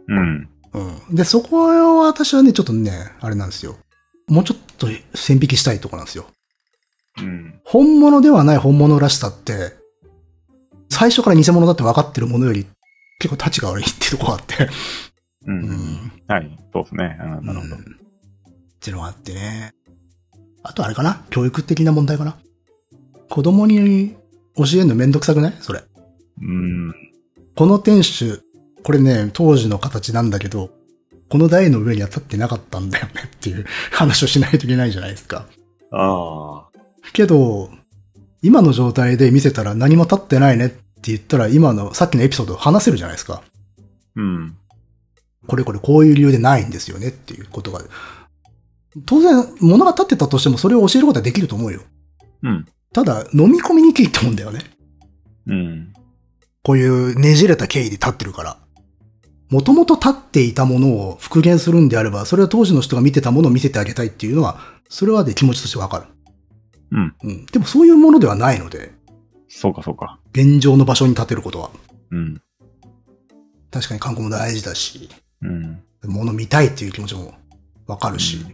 Speaker 1: うん。
Speaker 2: うん。で、そこは私はね、ちょっとね、あれなんですよ。もうちょっと線引きしたいとこなんですよ。
Speaker 1: うん。
Speaker 2: 本物ではない本物らしさって、最初から偽物だって分かってるものより結構立ちが悪いっていうとこがあって。
Speaker 1: う。
Speaker 2: うんん。
Speaker 1: はい。そうですね。うんなるほど
Speaker 2: うん。っていうのがあってね。あとあれかな教育的な問題かな子供に教えるのめんどくさくないそれ。
Speaker 1: うん。
Speaker 2: この店主、これね、当時の形なんだけど、この台の上には立ってなかったんだよね っていう話をしないといけないじゃないですか。
Speaker 1: ああ。
Speaker 2: けど、今の状態で見せたら何も立ってないねって言ったら、今のさっきのエピソードを話せるじゃないですか。
Speaker 1: うん。
Speaker 2: これこれこういう理由でないんですよねっていうことが。当然、物が立ってたとしてもそれを教えることはできると思うよ。
Speaker 1: うん。
Speaker 2: ただ、飲み込みにくいってもんだよね。
Speaker 1: うん。
Speaker 2: こういうねじれた経緯で立ってるから。もともと立っていたものを復元するんであれば、それは当時の人が見てたものを見せてあげたいっていうのは、それはね、気持ちとしてわかる。
Speaker 1: うん。
Speaker 2: うん。でもそういうものではないので、
Speaker 1: そうか、そうか。
Speaker 2: 現状の場所に立てることは。
Speaker 1: うん。
Speaker 2: 確かに観光も大事だし、
Speaker 1: うん。
Speaker 2: 物見たいっていう気持ちもわかるし、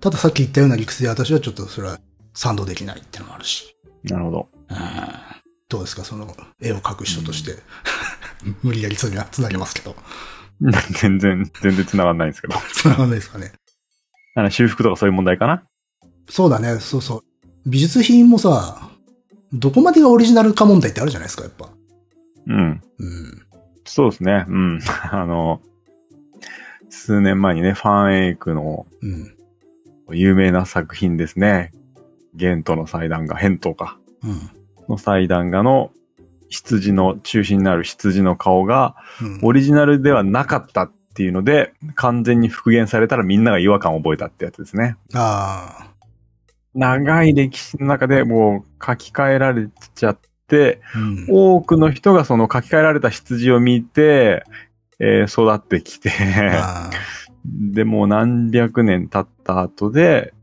Speaker 2: たださっき言ったような理屈で私はちょっとそれは賛同できないってのもあるし。
Speaker 1: なるほど。
Speaker 2: どうですかその絵を描く人として。 無理やりつなつなげますけど。
Speaker 1: 全然、全然繋がんないんですけど。
Speaker 2: つながんないですかね。
Speaker 1: あの修復とかそういう問題かな
Speaker 2: そうだね、そうそう。美術品もさ、どこまでがオリジナルか問題ってあるじゃないですか、やっぱ。
Speaker 1: うん。
Speaker 2: うん。
Speaker 1: そうですね。うん。 あの、数年前にね、ファンエイクの
Speaker 2: うん。
Speaker 1: 有名な作品ですね。ゲントの祭壇画、ヘントか。
Speaker 2: うん。
Speaker 1: の祭壇画の羊の中心になる羊の顔が
Speaker 2: うん、
Speaker 1: オリジナルではなかったっていうので、完全に復元されたらみんなが違和感を覚えたってやつですね。
Speaker 2: あ
Speaker 1: 長い歴史の中でもう書き換えられちゃって、
Speaker 2: あ。うん。
Speaker 1: 多くの人がその書き換えられた羊を見て、えー育ってきて、
Speaker 2: ああ
Speaker 1: でもう何百年経った後で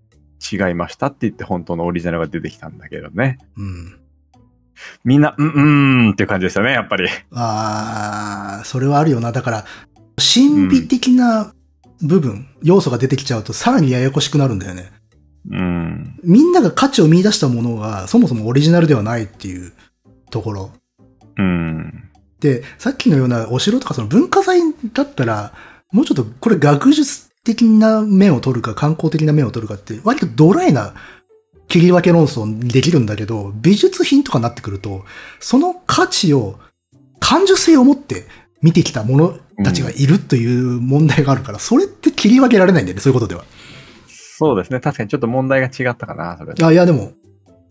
Speaker 1: 違いましたって言って本当のオリジナルが出てきたんだけどね。
Speaker 2: うん。
Speaker 1: みんな、うん、うーんっていう感じでしたね、やっぱり。
Speaker 2: ああ、それはあるよな。だから、神秘的な部分、要素が出てきちゃうとさらにややこしくなるんだよね。
Speaker 1: うん。
Speaker 2: みんなが価値を見出したものがそもそもオリジナルではないっていうところ。
Speaker 1: うん。
Speaker 2: で、さっきのようなお城とかその文化財だったら、もうちょっとこれ学術的な面を取るか観光的な面を取るかって、割とドライな切り分け論争にできるんだけど、美術品とかになってくると、その価値を、感受性を持って見てきた者たちがいるという問題があるから、それって切り分けられないんだよね、そういうことでは。
Speaker 1: そうですね。確かにちょっと問題が違ったかな、それ。
Speaker 2: あいや、でも、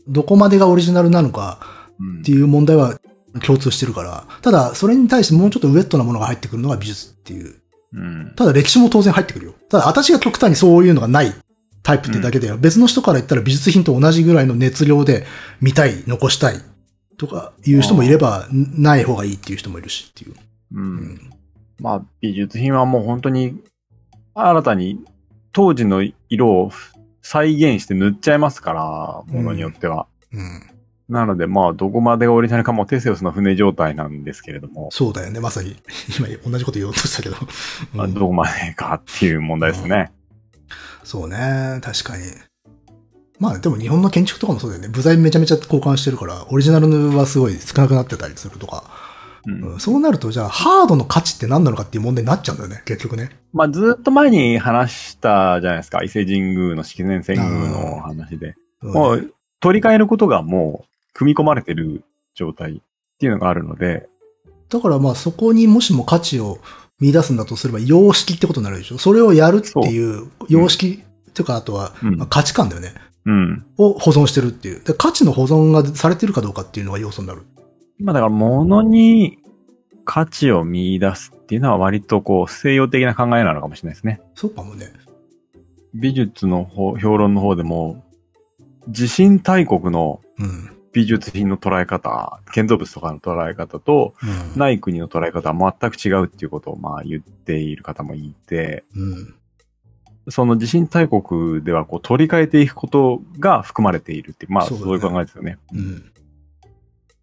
Speaker 2: どこまでがオリジナルなのか、
Speaker 1: うん
Speaker 2: っていう問題は共通してるから、ただそれに対してもうちょっとウェットなものが入ってくるのが美術っていう。
Speaker 1: うん。
Speaker 2: ただ歴史も当然入ってくるよ。ただ私が極端にそういうのがないタイプってだけで、別の人から言ったら美術品と同じぐらいの熱量で見たい、残したいとかいう人もいれば、んない方がいいっていう人もいるしっていう。
Speaker 1: う。
Speaker 2: うんん。
Speaker 1: まあ、美術品はもう本当に新たに当時の色を再現して塗っちゃいますから、ものによっては。
Speaker 2: うん。
Speaker 1: なので、まあ、どこまでがオリジナルかも、テセウスの船状態なんですけれども、
Speaker 2: そうだよね、まさに。今同じこと言おうとしたけど。
Speaker 1: まあ
Speaker 2: うん
Speaker 1: どこまでかっていう問題ですね。
Speaker 2: そうね、確かに。まあでも日本の建築とかもそうだよね。部材めちゃめちゃ交換してるから、オリジナルはすごい少なくなってたりするとか。
Speaker 1: うん
Speaker 2: うんそうなると、じゃあハードの価値って何なのかっていう問題になっちゃうんだよね、結局ね。
Speaker 1: まあ、ずっと前に話したじゃないですか、伊勢神宮の式年遷宮の話で。
Speaker 2: うん
Speaker 1: もう、取り替えることがもう、組み込まれてる状態っていうのがあるので、
Speaker 2: だからまあそこにもしも価値を見出すんだとすれば、様式ってことになるでしょ。それをやるっていう、様式、っていうかあとは、
Speaker 1: うん
Speaker 2: まあ、価値観だよね。
Speaker 1: うん。
Speaker 2: を保存してるっていう。で価値の保存がされてるかどうかっていうのが要素になる。
Speaker 1: まあ、だから、物に価値を見出すっていうのは、割とこう、西洋的な考えなのかもしれないですね。
Speaker 2: そうかもね。
Speaker 1: 美術の方評論の方でも、地震大国の
Speaker 2: うん。
Speaker 1: 美術品の捉え方、建造物とかの捉え方と、
Speaker 2: うん。
Speaker 1: ない国の捉え方は全く違うっていうことをまあ言っている方もいて、
Speaker 2: うん。
Speaker 1: その地震大国ではこう取り替えていくことが含まれているっていう、まあ
Speaker 2: そ
Speaker 1: そううい
Speaker 2: だね
Speaker 1: う考えですよね。
Speaker 2: うん。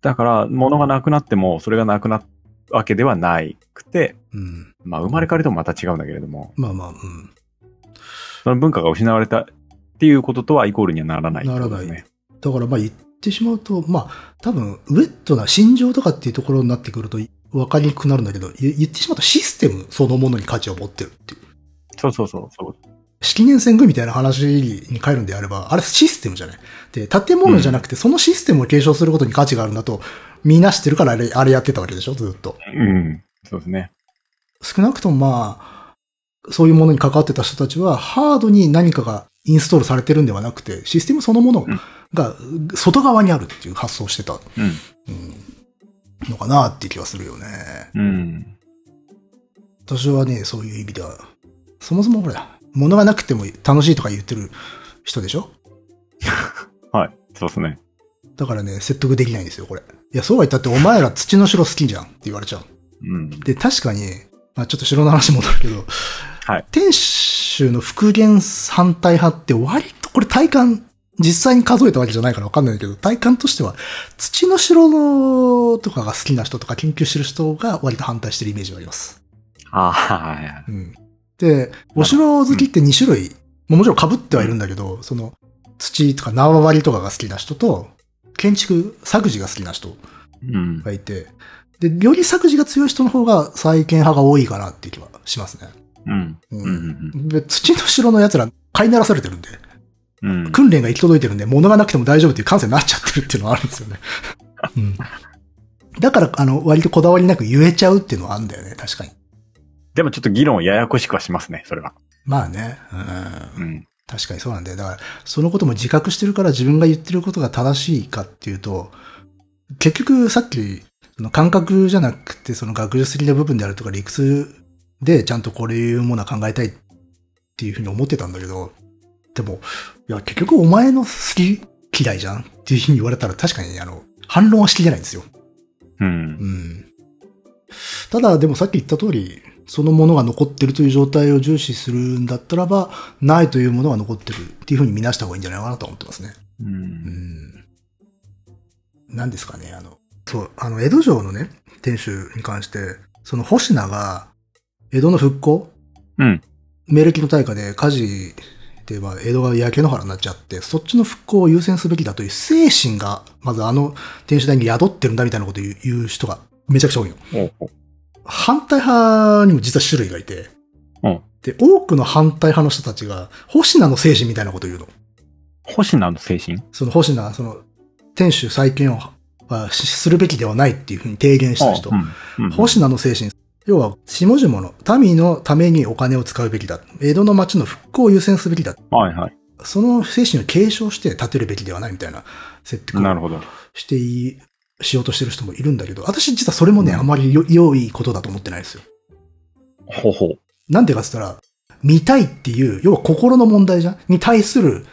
Speaker 1: だから、物がなくなっても、それがなくなったわけではないくて、
Speaker 2: うん。
Speaker 1: まあ、生まれ変わりともまた違うんだけれども、
Speaker 2: まあまあ、うん。
Speaker 1: その文化が失われたっていうこととはイコールにはならない、
Speaker 2: ならないだからまあ言ってしまうと、まあ多分ウェットな心情とかっていうところになってくると分かりにくくなるんだけど、言言ってしまうとシステムそのものに価値を持ってるっていう。
Speaker 1: そうそうそうそう。
Speaker 2: 式年遷宮みたいな話に帰るんであれば、あれシステムじゃない。で、建物じゃなくてそのシステムを継承することに価値があるんだと、みんな知ってるからあれ、あれやってたわけでしょ、ずっと。
Speaker 1: うん。そうですね。
Speaker 2: 少なくともまあ、そういうものに関わってた人たちは、ハードに何かがインストールされてるんではなくて、システムそのもの
Speaker 1: うん
Speaker 2: が外側にあるっていう発想をしてた、
Speaker 1: うん。
Speaker 2: うんのかなっていう気はするよね。
Speaker 1: うん。
Speaker 2: 私はね、そういう意味では、そもそもほら、物がなくても楽しいとか言ってる人でしょ
Speaker 1: はい。そうですね。
Speaker 2: だからね、説得できないんですよ、これ。いや、そうは言ったって、お前ら土の城好きじゃんって言われちゃう。
Speaker 1: うん。
Speaker 2: で、確かに、まあちょっと城の話戻るけど、
Speaker 1: はい
Speaker 2: 天守の復元反対派って割とこれ体感、実際に数えたわけじゃないからわかんないけど、体感としては、土の城のとかが好きな人とか研究してる人が割と反対してるイメージがあります。
Speaker 1: ああ、はいはい。
Speaker 2: うん。で、お城好きって2種類、もうもちろん被ってはいるんだけど、その、土とか縄張りとかが好きな人と、建築、作事が好きな人
Speaker 1: うん。
Speaker 2: がいて、で、より作事が強い人の方が再建派が多いかなっていう気はしますね。
Speaker 1: うん。うん。う
Speaker 2: うんん。で土の城の奴ら飼いならされてるんで、
Speaker 1: うん。うん
Speaker 2: 訓練が行き届いてるんで、物がなくても大丈夫っていう感性になっちゃってるっていうのはあるんですよ ね。うん。だから、あの、割とこだわりなく言えちゃうっていうのはあるんだよね、確かに。
Speaker 1: でもちょっと議論をややこしくはしますね、それは。
Speaker 2: まあね、うん。
Speaker 1: うん。
Speaker 2: 確かにそうなんだよ。だから、そのことも自覚してるから自分が言ってることが正しいかっていうと、結局さっき、その感覚じゃなくて、その学術的な部分であるとか理屈でちゃんとこういうものは考えたいっていうふうに思ってたんだけど、でも、いや、結局お前の好き嫌いじゃんっていうふうに言われたら確かに、あの、反論はしきれないんですよ。
Speaker 1: うん。
Speaker 2: うん。ただ、でもさっき言った通り、そのものが残ってるという状態を重視するんだったらば、ないというものが残ってるっていうふうに見なした方がいいんじゃないかなと思ってますね。
Speaker 1: う。
Speaker 2: うんん。なんですかね、あの、そう、あの、江戸城のね、天守に関して、その星名が、江戸の復興
Speaker 1: うん。
Speaker 2: メルキの大火で火事で、まあ、江戸が焼け野原になっちゃって、そっちの復興を優先すべきだという精神が、まずあの天守台に宿ってるんだみたいなことを言う言う人がめちゃくちゃ多いの。
Speaker 1: おうおう
Speaker 2: 反対派にも実は種類がいて、
Speaker 1: うん
Speaker 2: で、多くの反対派の人たちが、星名の精神みたいなことを言うの。
Speaker 1: 星名の精神
Speaker 2: その星名、その、天守再建をはしするべきではないっていうふうに提言した人。
Speaker 1: うんうん
Speaker 2: 星名の精神。要は、下々の民のためにお金を使うべきだ。江戸の町の復興を優先すべきだ。
Speaker 1: はいはい。
Speaker 2: その精神を継承して立てるべきではないみたいな説得
Speaker 1: な
Speaker 2: を
Speaker 1: るほど。
Speaker 2: していしようとしてる人もいるんだけど、私実はそれもね、
Speaker 1: うん
Speaker 2: あまりよ良いことだと思ってないですよ。
Speaker 1: ほうほう。
Speaker 2: なんでかって言ったら、見たいっていう、要は心の問題じゃんに対する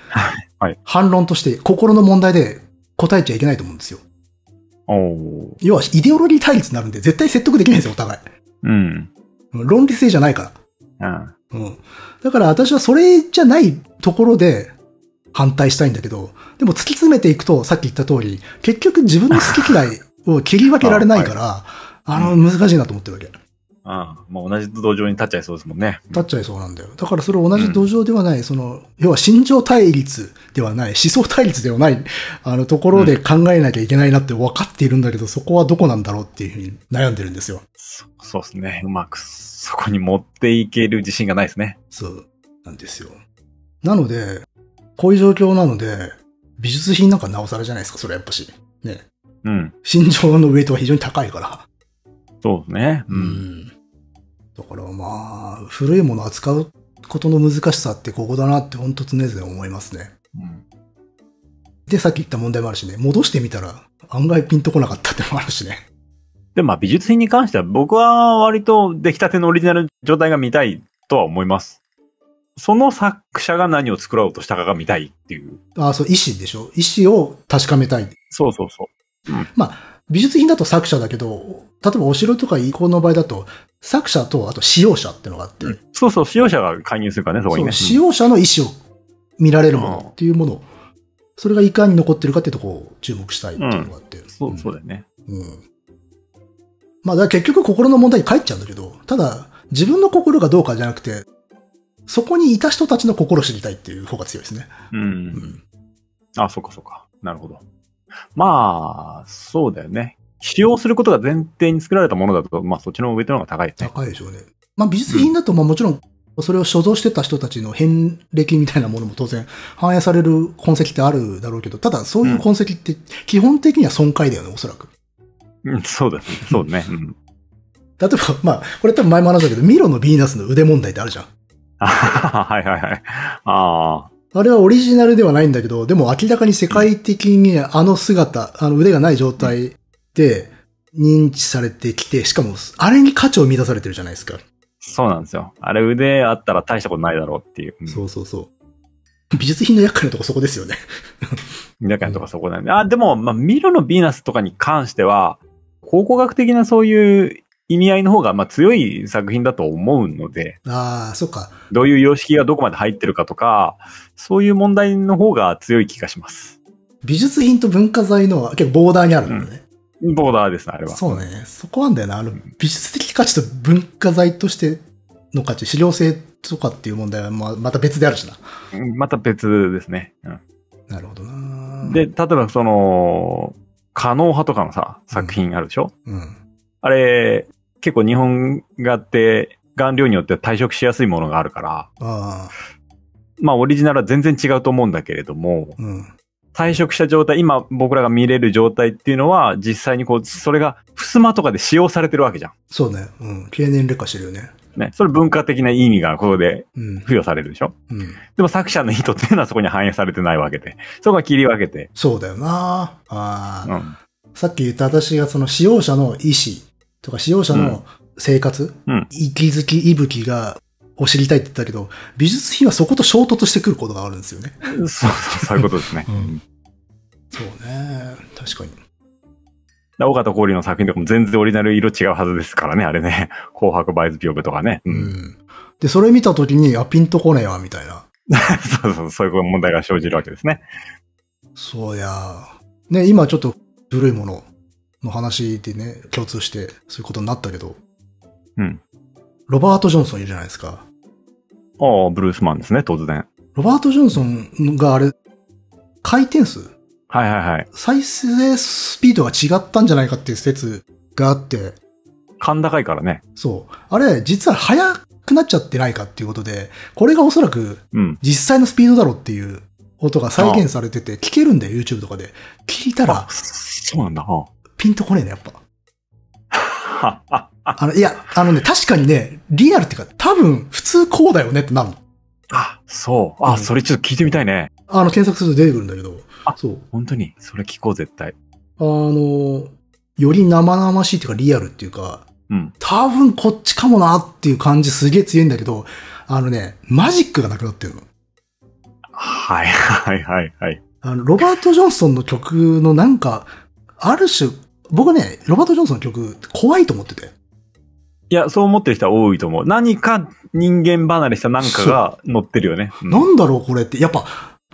Speaker 1: はい
Speaker 2: 反論として、心の問題で答えちゃいけないと思うんですよ。
Speaker 1: おう
Speaker 2: 要は、イデオロギー対立になるんで、絶対説得できないんですよ、お互い。
Speaker 1: うん。
Speaker 2: 論理性じゃないから。
Speaker 1: あ
Speaker 2: うん。だから私はそれじゃないところで反対したいんだけど、でも突き詰めていくと、さっき言った通り、結局自分の好き嫌いを切り分けられな いから、あ
Speaker 1: い
Speaker 2: の、難しいなと思ってるわけ。
Speaker 1: あ。もう同じ土壌に立っちゃいそうですもんね。
Speaker 2: 立っちゃいそうなんだよ。だからそれ同じ土壌ではない、その、要は心情対立ではない、思想対立ではない、あの、ところで考えなきゃいけないなって分かっているんだけど、そこはどこなんだろうっていうふうに悩んでるんですよ。
Speaker 1: そうですね。うまくそこに持っていける自信がないですね。
Speaker 2: そうなんですよ。なので、こういう状況なので、美術品なんかなおさらじゃないですか、それはやっぱし。ね。
Speaker 1: うん。
Speaker 2: 心情のウェイトが非常に高いから。
Speaker 1: そうですね。う。
Speaker 2: うんんだからまあ、古いものを扱うことの難しさってここだなって本当常々思いますね。
Speaker 1: うん
Speaker 2: で、さっき言った問題もあるしね、戻してみたら案外ピンとこなかったってのもあるしね。
Speaker 1: でもまあ美術品に関しては僕は割と出来たてのオリジナル状態が見たいとは思います。その作者が何を作ろうとしたかが見たいっていう。
Speaker 2: ああ、そう、意思でしょ。意思を確かめたい。
Speaker 1: そうそうそ
Speaker 2: 美術品だと作者だけど、例えばお城とか遺構の場合だと、作者とあと使用者ってのがあって、
Speaker 1: う。そうそう、使用者が介入するからね、そこにね。
Speaker 2: そう、使用者の意思を見られるものっていうものをそれがいかに残ってるかってとこを注目したいっていうのがあって。
Speaker 1: そうう、
Speaker 2: ん
Speaker 1: そうだよね。
Speaker 2: うん。まあ、だから結局心の問題に返っちゃうんだけど、ただ、自分の心がどうかじゃなくて、そこにいた人たちの心を知りたいっていう方が強いですね。
Speaker 1: う。
Speaker 2: うんん。
Speaker 1: あ、そうかそうか。なるほど。まあ、そうだよね。使用することが前提に作られたものだと、まあそっちの上手の方が高いよね。
Speaker 2: 高いでしょうね。まあ、美術品だと、まあ、もちろん、それを所蔵してた人たちの遍歴みたいなものも当然反映される痕跡ってあるだろうけど、ただそういう痕跡って基本的には損壊だよね、おそらく。
Speaker 1: うん、そうだね。そうね。うん。
Speaker 2: 例えば、まあ、これ多分前も話したけど、ミロのヴィーナスの腕問題ってあるじゃん。
Speaker 1: あは ははいはいはい。ああ。
Speaker 2: あれはオリジナルではないんだけど、でも明らかに世界的にあの姿、あの腕がない状態で認知されてきて、しかもあれに価値を見出されてるじゃないですか。
Speaker 1: そうなんですよ。あれ腕あったら大したことないだろうっていう。うん
Speaker 2: そうそうそう。美術品の厄介なとこそこですよね。
Speaker 1: だからとかそこなんで。あ、でも、まあ、ミロのヴィーナスとかに関しては、考古学的なそういう意味合いの方が、まあ、強い作品だと思うので、
Speaker 2: ああ、そっか。
Speaker 1: どういう様式がどこまで入ってるかとか、そういう問題の方が強い気がします。
Speaker 2: 美術品と文化財の結構ボーダーにあるんだね、
Speaker 1: ボーダーです、あれは。
Speaker 2: そうね。そこなんだよな。あの美術的価値と文化財としての価値、資料性とかっていう問題はまあまた別であるしな。
Speaker 1: うんまた別ですね。
Speaker 2: なるほど
Speaker 1: う、
Speaker 2: なん
Speaker 1: で、、例えばその、可能派とかのさ、作品あるでしょ、
Speaker 2: うん。
Speaker 1: あれ、結構日本画って、顔料によっては退色しやすいものがあるから、
Speaker 2: ああ、
Speaker 1: まあオリジナルは全然違うと思うんだけれども、
Speaker 2: うん。
Speaker 1: 退職した状態、今僕らが見れる状態っていうのは、実際にこう、それが、襖とかで使用されてるわけじゃん。
Speaker 2: そうね。うん。経年劣化してるよね。
Speaker 1: ね。それ文化的な意味がここで
Speaker 2: うん。
Speaker 1: 付与されるでしょ
Speaker 2: うん。
Speaker 1: でも作者の意図っていうのはそこには反映されてないわけで。そこは切り分けて。
Speaker 2: そうだよなあ
Speaker 1: う
Speaker 2: ー、
Speaker 1: ん。
Speaker 2: さっき言った私がその使用者の意思とか使用者の生活、
Speaker 1: うん
Speaker 2: 息づき、息吹が、を知りたいって言ったけど、美術品はそこと衝突してくることがあるんですよね。
Speaker 1: そうそう、そういうことですね。
Speaker 2: う
Speaker 1: うんん。
Speaker 2: そうね。確かに。
Speaker 1: で尾形氷の作品とかも全然オリジナル色違うはずですからね、あれね。紅白バイズ屏風とかね。う。
Speaker 2: うんん。で、それ見たときに、あ、ピンとこねえわ、みたいな。
Speaker 1: そうそう、そういう問題が生じるわけですね。
Speaker 2: そうや。ね、今ちょっと古いものの話でね、共通して、そういうことになったけど、
Speaker 1: うん。
Speaker 2: ロバート・ジョンソンいるじゃないですか。
Speaker 1: ああ、ブルースマンですね、突然。
Speaker 2: ロバート・ジョンソンがあれ、回転数
Speaker 1: はいはいはい。
Speaker 2: 再生スピードが違ったんじゃないかっていう説があって、
Speaker 1: 甲高いからね。
Speaker 2: そう。あれ、実は速くなっちゃってないかっていうことで、これがおそらく
Speaker 1: うん。
Speaker 2: 実際のスピードだろうっていう音が再現されてて、聞けるんだよ、YouTube とかで。聞いたら、
Speaker 1: そうなんだ。うん
Speaker 2: ピンとこねえね、やっぱ。
Speaker 1: はっはっ
Speaker 2: あの、いや、あのね、確かにね、リアルっていうか、多分、普通こうだよねってなるの。
Speaker 1: あ、そう。あ、
Speaker 2: うん
Speaker 1: それちょっと聞いてみたいね。
Speaker 2: あの、検索すると出てくるんだけど
Speaker 1: あ、
Speaker 2: そう。
Speaker 1: 本当に。それ聞こう、絶対。
Speaker 2: あの、より生々しいっていうか、リアルっていうか、
Speaker 1: うん。
Speaker 2: 多分こっちかもなっていう感じすげえ強いんだけど、あのね、マジックがなくなってるの。
Speaker 1: はい、はい、はい、はい。
Speaker 2: あの、ロバート・ジョンソンの曲のなんか、ある種、僕ね、ロバート・ジョンソンの曲怖いと思ってて。
Speaker 1: いや、そう思ってる人は多いと思う。何か人間離れした何かが乗ってるよね。うん
Speaker 2: なんだろうこれって、やっぱ、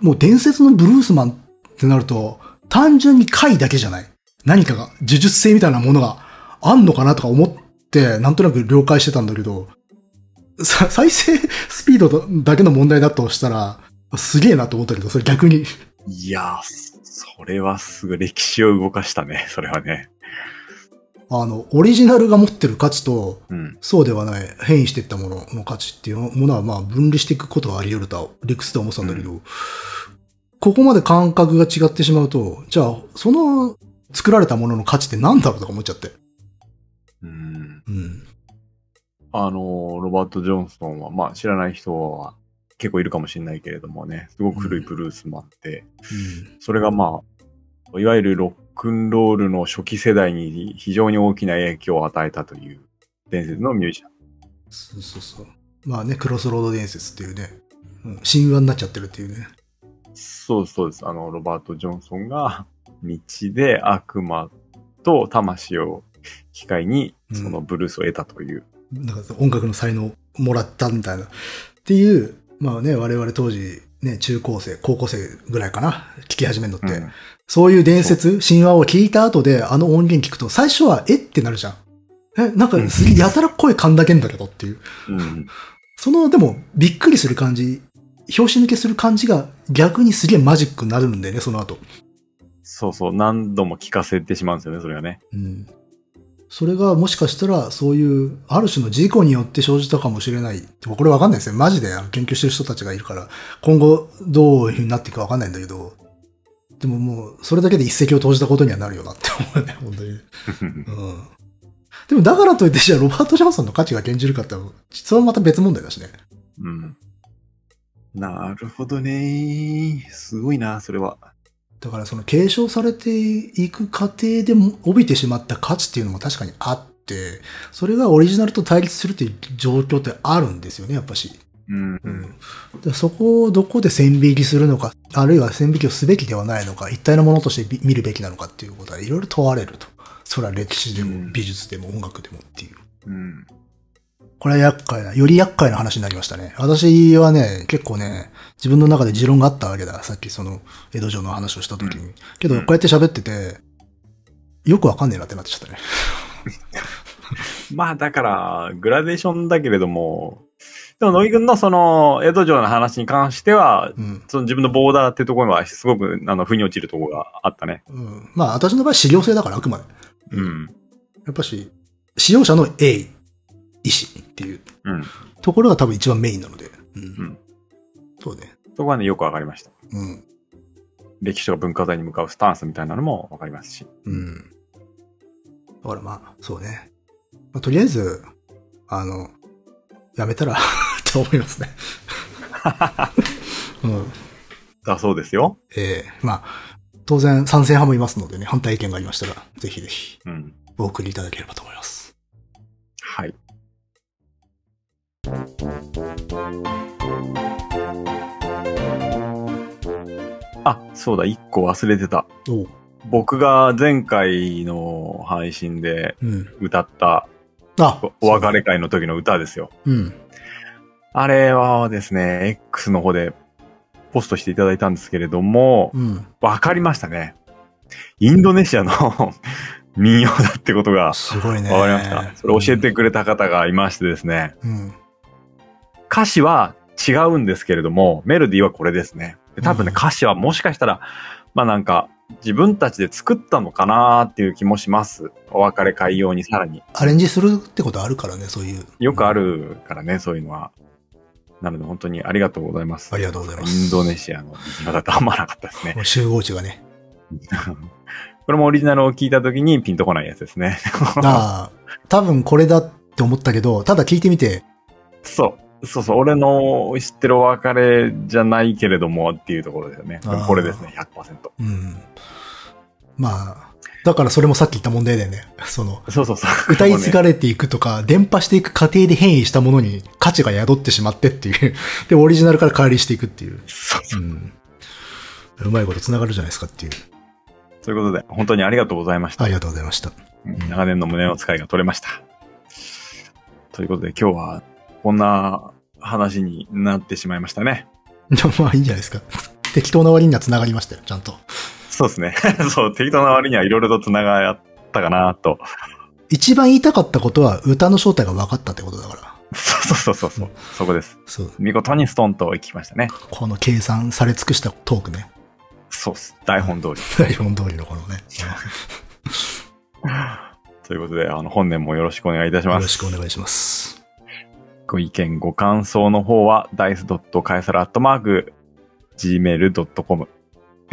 Speaker 2: もう伝説のブルースマンってなると、単純に回だけじゃない。何かが、呪術性みたいなものがあんのかなとか思って、なんとなく了解してたんだけど、さ再生 スピードだけの問題だとしたら、すげえなと思ったけど、それ逆に。
Speaker 1: いやー、それはすぐ歴史を動かしたね。それはね。
Speaker 2: あの、オリジナルが持ってる価値と、
Speaker 1: うん。
Speaker 2: そうではない変異していったものの価値っていうものは、まあ、分離していくことはあり得るとは、理屈では思ってたんだけど、ここまで感覚が違ってしまうと、じゃあ、その作られたものの価値って何だろうとか思っちゃって。
Speaker 1: うん。
Speaker 2: うん。
Speaker 1: あのー、ロバート・ジョンソンは、まあ、知らない人は結構いるかもしれないけれどもね、すごく古いブルースマンって、それがまあ、いわゆるロックンロールの初期世代に非常に大きな影響を与えたという伝説のミュージシャン。
Speaker 2: そうそうそう。まあね、クロスロード伝説っていうね、うん、神話になっちゃってるっていうね。
Speaker 1: そうそうです。あの、ロバート・ジョンソンが道で悪魔と魂を機会に、
Speaker 2: うん
Speaker 1: そのブルースを得たという。
Speaker 2: なんか音楽の才能をもらったみたいな。っていう、まあね、我々当時、ね、中高生、高校生ぐらいかな、聞き始めるのって。
Speaker 1: うん
Speaker 2: そういう伝説、神話を聞いた後で、あの音源聞くと、最初は、えってなるじゃん。え、なんかすげえやたら声噛んだけんだけどっていう。
Speaker 1: うん
Speaker 2: その、でも、びっくりする感じ、拍子抜けする感じが逆にすげえマジックになるんだよね、その後。
Speaker 1: そうそう、何度も聞かせてしまうんですよね、それがね。
Speaker 2: うん。それがもしかしたら、そういう、ある種の事故によって生じたかもしれない。でもこれわかんないですね。マジであの研究してる人たちがいるから、今後どういう風になっていくかわかんないんだけど、でももう、それだけで一石を投じたことにはなるよなって思うね、本当に。うん。でもだからといって、じゃあロバート・ジョンソンの価値が減じるかって言ったら、実はまた別問題だしね。
Speaker 1: うん。なるほどね。すごいな、それは。
Speaker 2: だからその継承されていく過程でも帯びてしまった価値っていうのも確かにあって、それがオリジナルと対立するっていう状況ってあるんですよね、やっぱし。
Speaker 1: うん。
Speaker 2: だからそこをどこで線引きするのか、あるいは線引きをすべきではないのか、一体のものとして見るべきなのかっていうことはいろいろ問われると。それは歴史で
Speaker 1: うん
Speaker 2: も美術でも音楽でもっていう。
Speaker 1: うん。
Speaker 2: これは厄介な、より厄介な話になりましたね。私はね、結構ね、自分の中で持論があったわけだ。さっきその、江戸城の話をした時に。けど、
Speaker 1: う
Speaker 2: こ
Speaker 1: ん
Speaker 2: うやって喋ってて、よくわかんねえなってなってきちゃったね。
Speaker 1: まあ、だから、グラデーションだけれども、でも、乃木くんのその、江戸城の話に関しては、
Speaker 2: うん。
Speaker 1: その自分のボーダーっていうところは、すごく、あの、腑に落ちるところがあったね。
Speaker 2: うん。まあ、私の場合、資料性だから、あくまで。
Speaker 1: うん。
Speaker 2: やっぱし、使用者の鋭意、意思っていう
Speaker 1: うん。
Speaker 2: ところが多分一番メインなので。うん。
Speaker 1: ん
Speaker 2: そうね。
Speaker 1: そこはね、よくわかりました。
Speaker 2: うん。
Speaker 1: 歴史とか文化財に向かうスタンスみたいなのもわかりますし。
Speaker 2: うん。だからまあ、そうね。まあ、とりあえず、あの、やめたら、 と思いますね。 うん。
Speaker 1: だそうですよ。
Speaker 2: ええまあ、当然賛成派もいますのでね、反対意見がありましたら、ぜひぜひ、
Speaker 1: うん。
Speaker 2: お送りいただければと思います。
Speaker 1: はい。あ、そうだ、一個忘れてた。
Speaker 2: おう。
Speaker 1: 僕が前回の配信で
Speaker 2: うん。
Speaker 1: 歌った
Speaker 2: あ
Speaker 1: おお別れ会の時の歌ですよ。
Speaker 2: うん。
Speaker 1: あれはですね、X の方でポストしていただいたんですけれども、
Speaker 2: うん。
Speaker 1: わかりましたね。インドネシアの 民謡だってことが
Speaker 2: すごいね。
Speaker 1: わかりました。それ教えてくれた方がいましてですね。
Speaker 2: うん。
Speaker 1: 歌詞は違うんですけれども、メロディーはこれですね。で多分ね、
Speaker 2: うん
Speaker 1: 歌詞はもしかしたら、まあなんか、自分たちで作ったのかなーっていう気もします。お別れ会用にさらに。
Speaker 2: アレンジするってことあるからね、そういう。
Speaker 1: よくあ。るからね、そういうのは。なので本当にありがとうございます。
Speaker 2: ありがとうございます
Speaker 1: インドネシアの今だとあんまなかったですね。
Speaker 2: 集合値がね。
Speaker 1: これもオリジナルを聞いた時にピンとこないやつですね。
Speaker 2: ああ、 多分これだって思ったけど、ただ聞いてみて、
Speaker 1: そう。そうそう。俺の知ってるお別れじゃないけれどもっていうところですよね。でもこれですね、100%。
Speaker 2: うん。まあ、だからそれもさっき言った問題だよね。 その、
Speaker 1: そうそうそう。
Speaker 2: 歌い継がれていくとか、伝播していく過程で変異したものに価値が宿ってしまってっていう。 で、オリジナルから乖離していくっていう。
Speaker 1: そう
Speaker 2: うん。うまいこと繋がるじゃないですかっていう。
Speaker 1: ということで、本当にありがとうございました。
Speaker 2: ありがとうございました。
Speaker 1: 長年の胸の使いが取れました。ということで、今日はこんな話になってしまいましたね。
Speaker 2: でもまあいいんじゃないですか。 適当な割には繋がりましたよ、ちゃんと。
Speaker 1: そうですね。 そう、適当な割にはいろいろと繋がったかなと。
Speaker 2: 一番言いたかったことは歌の正体が分かったってことだから。
Speaker 1: そうそうそうそう。そこです。
Speaker 2: そう。
Speaker 1: 見事にストンと行きましたね。
Speaker 2: この計算され尽くしたトークね。
Speaker 1: そうっす。台本通り。
Speaker 2: 台本通りのこのね。
Speaker 1: ということで、あの、本年もよろしくお願いいたし
Speaker 2: よ
Speaker 1: ま
Speaker 2: ろ
Speaker 1: す。
Speaker 2: しくお願いします。
Speaker 1: ご意見、ご感想の方は、dice.caesar.gmail.com、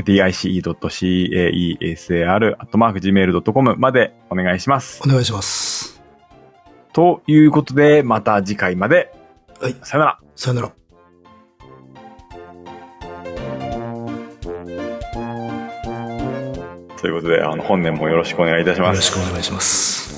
Speaker 1: dice.caesar.gmail.com までお願いします
Speaker 2: お。願いします。
Speaker 1: ということで、また次回まで。
Speaker 2: はい
Speaker 1: さよなら。
Speaker 2: さよなら。
Speaker 1: ということで、あの、本年もよろしくお願いいたし
Speaker 2: よ
Speaker 1: ま
Speaker 2: ろ
Speaker 1: す
Speaker 2: し。くお願いします。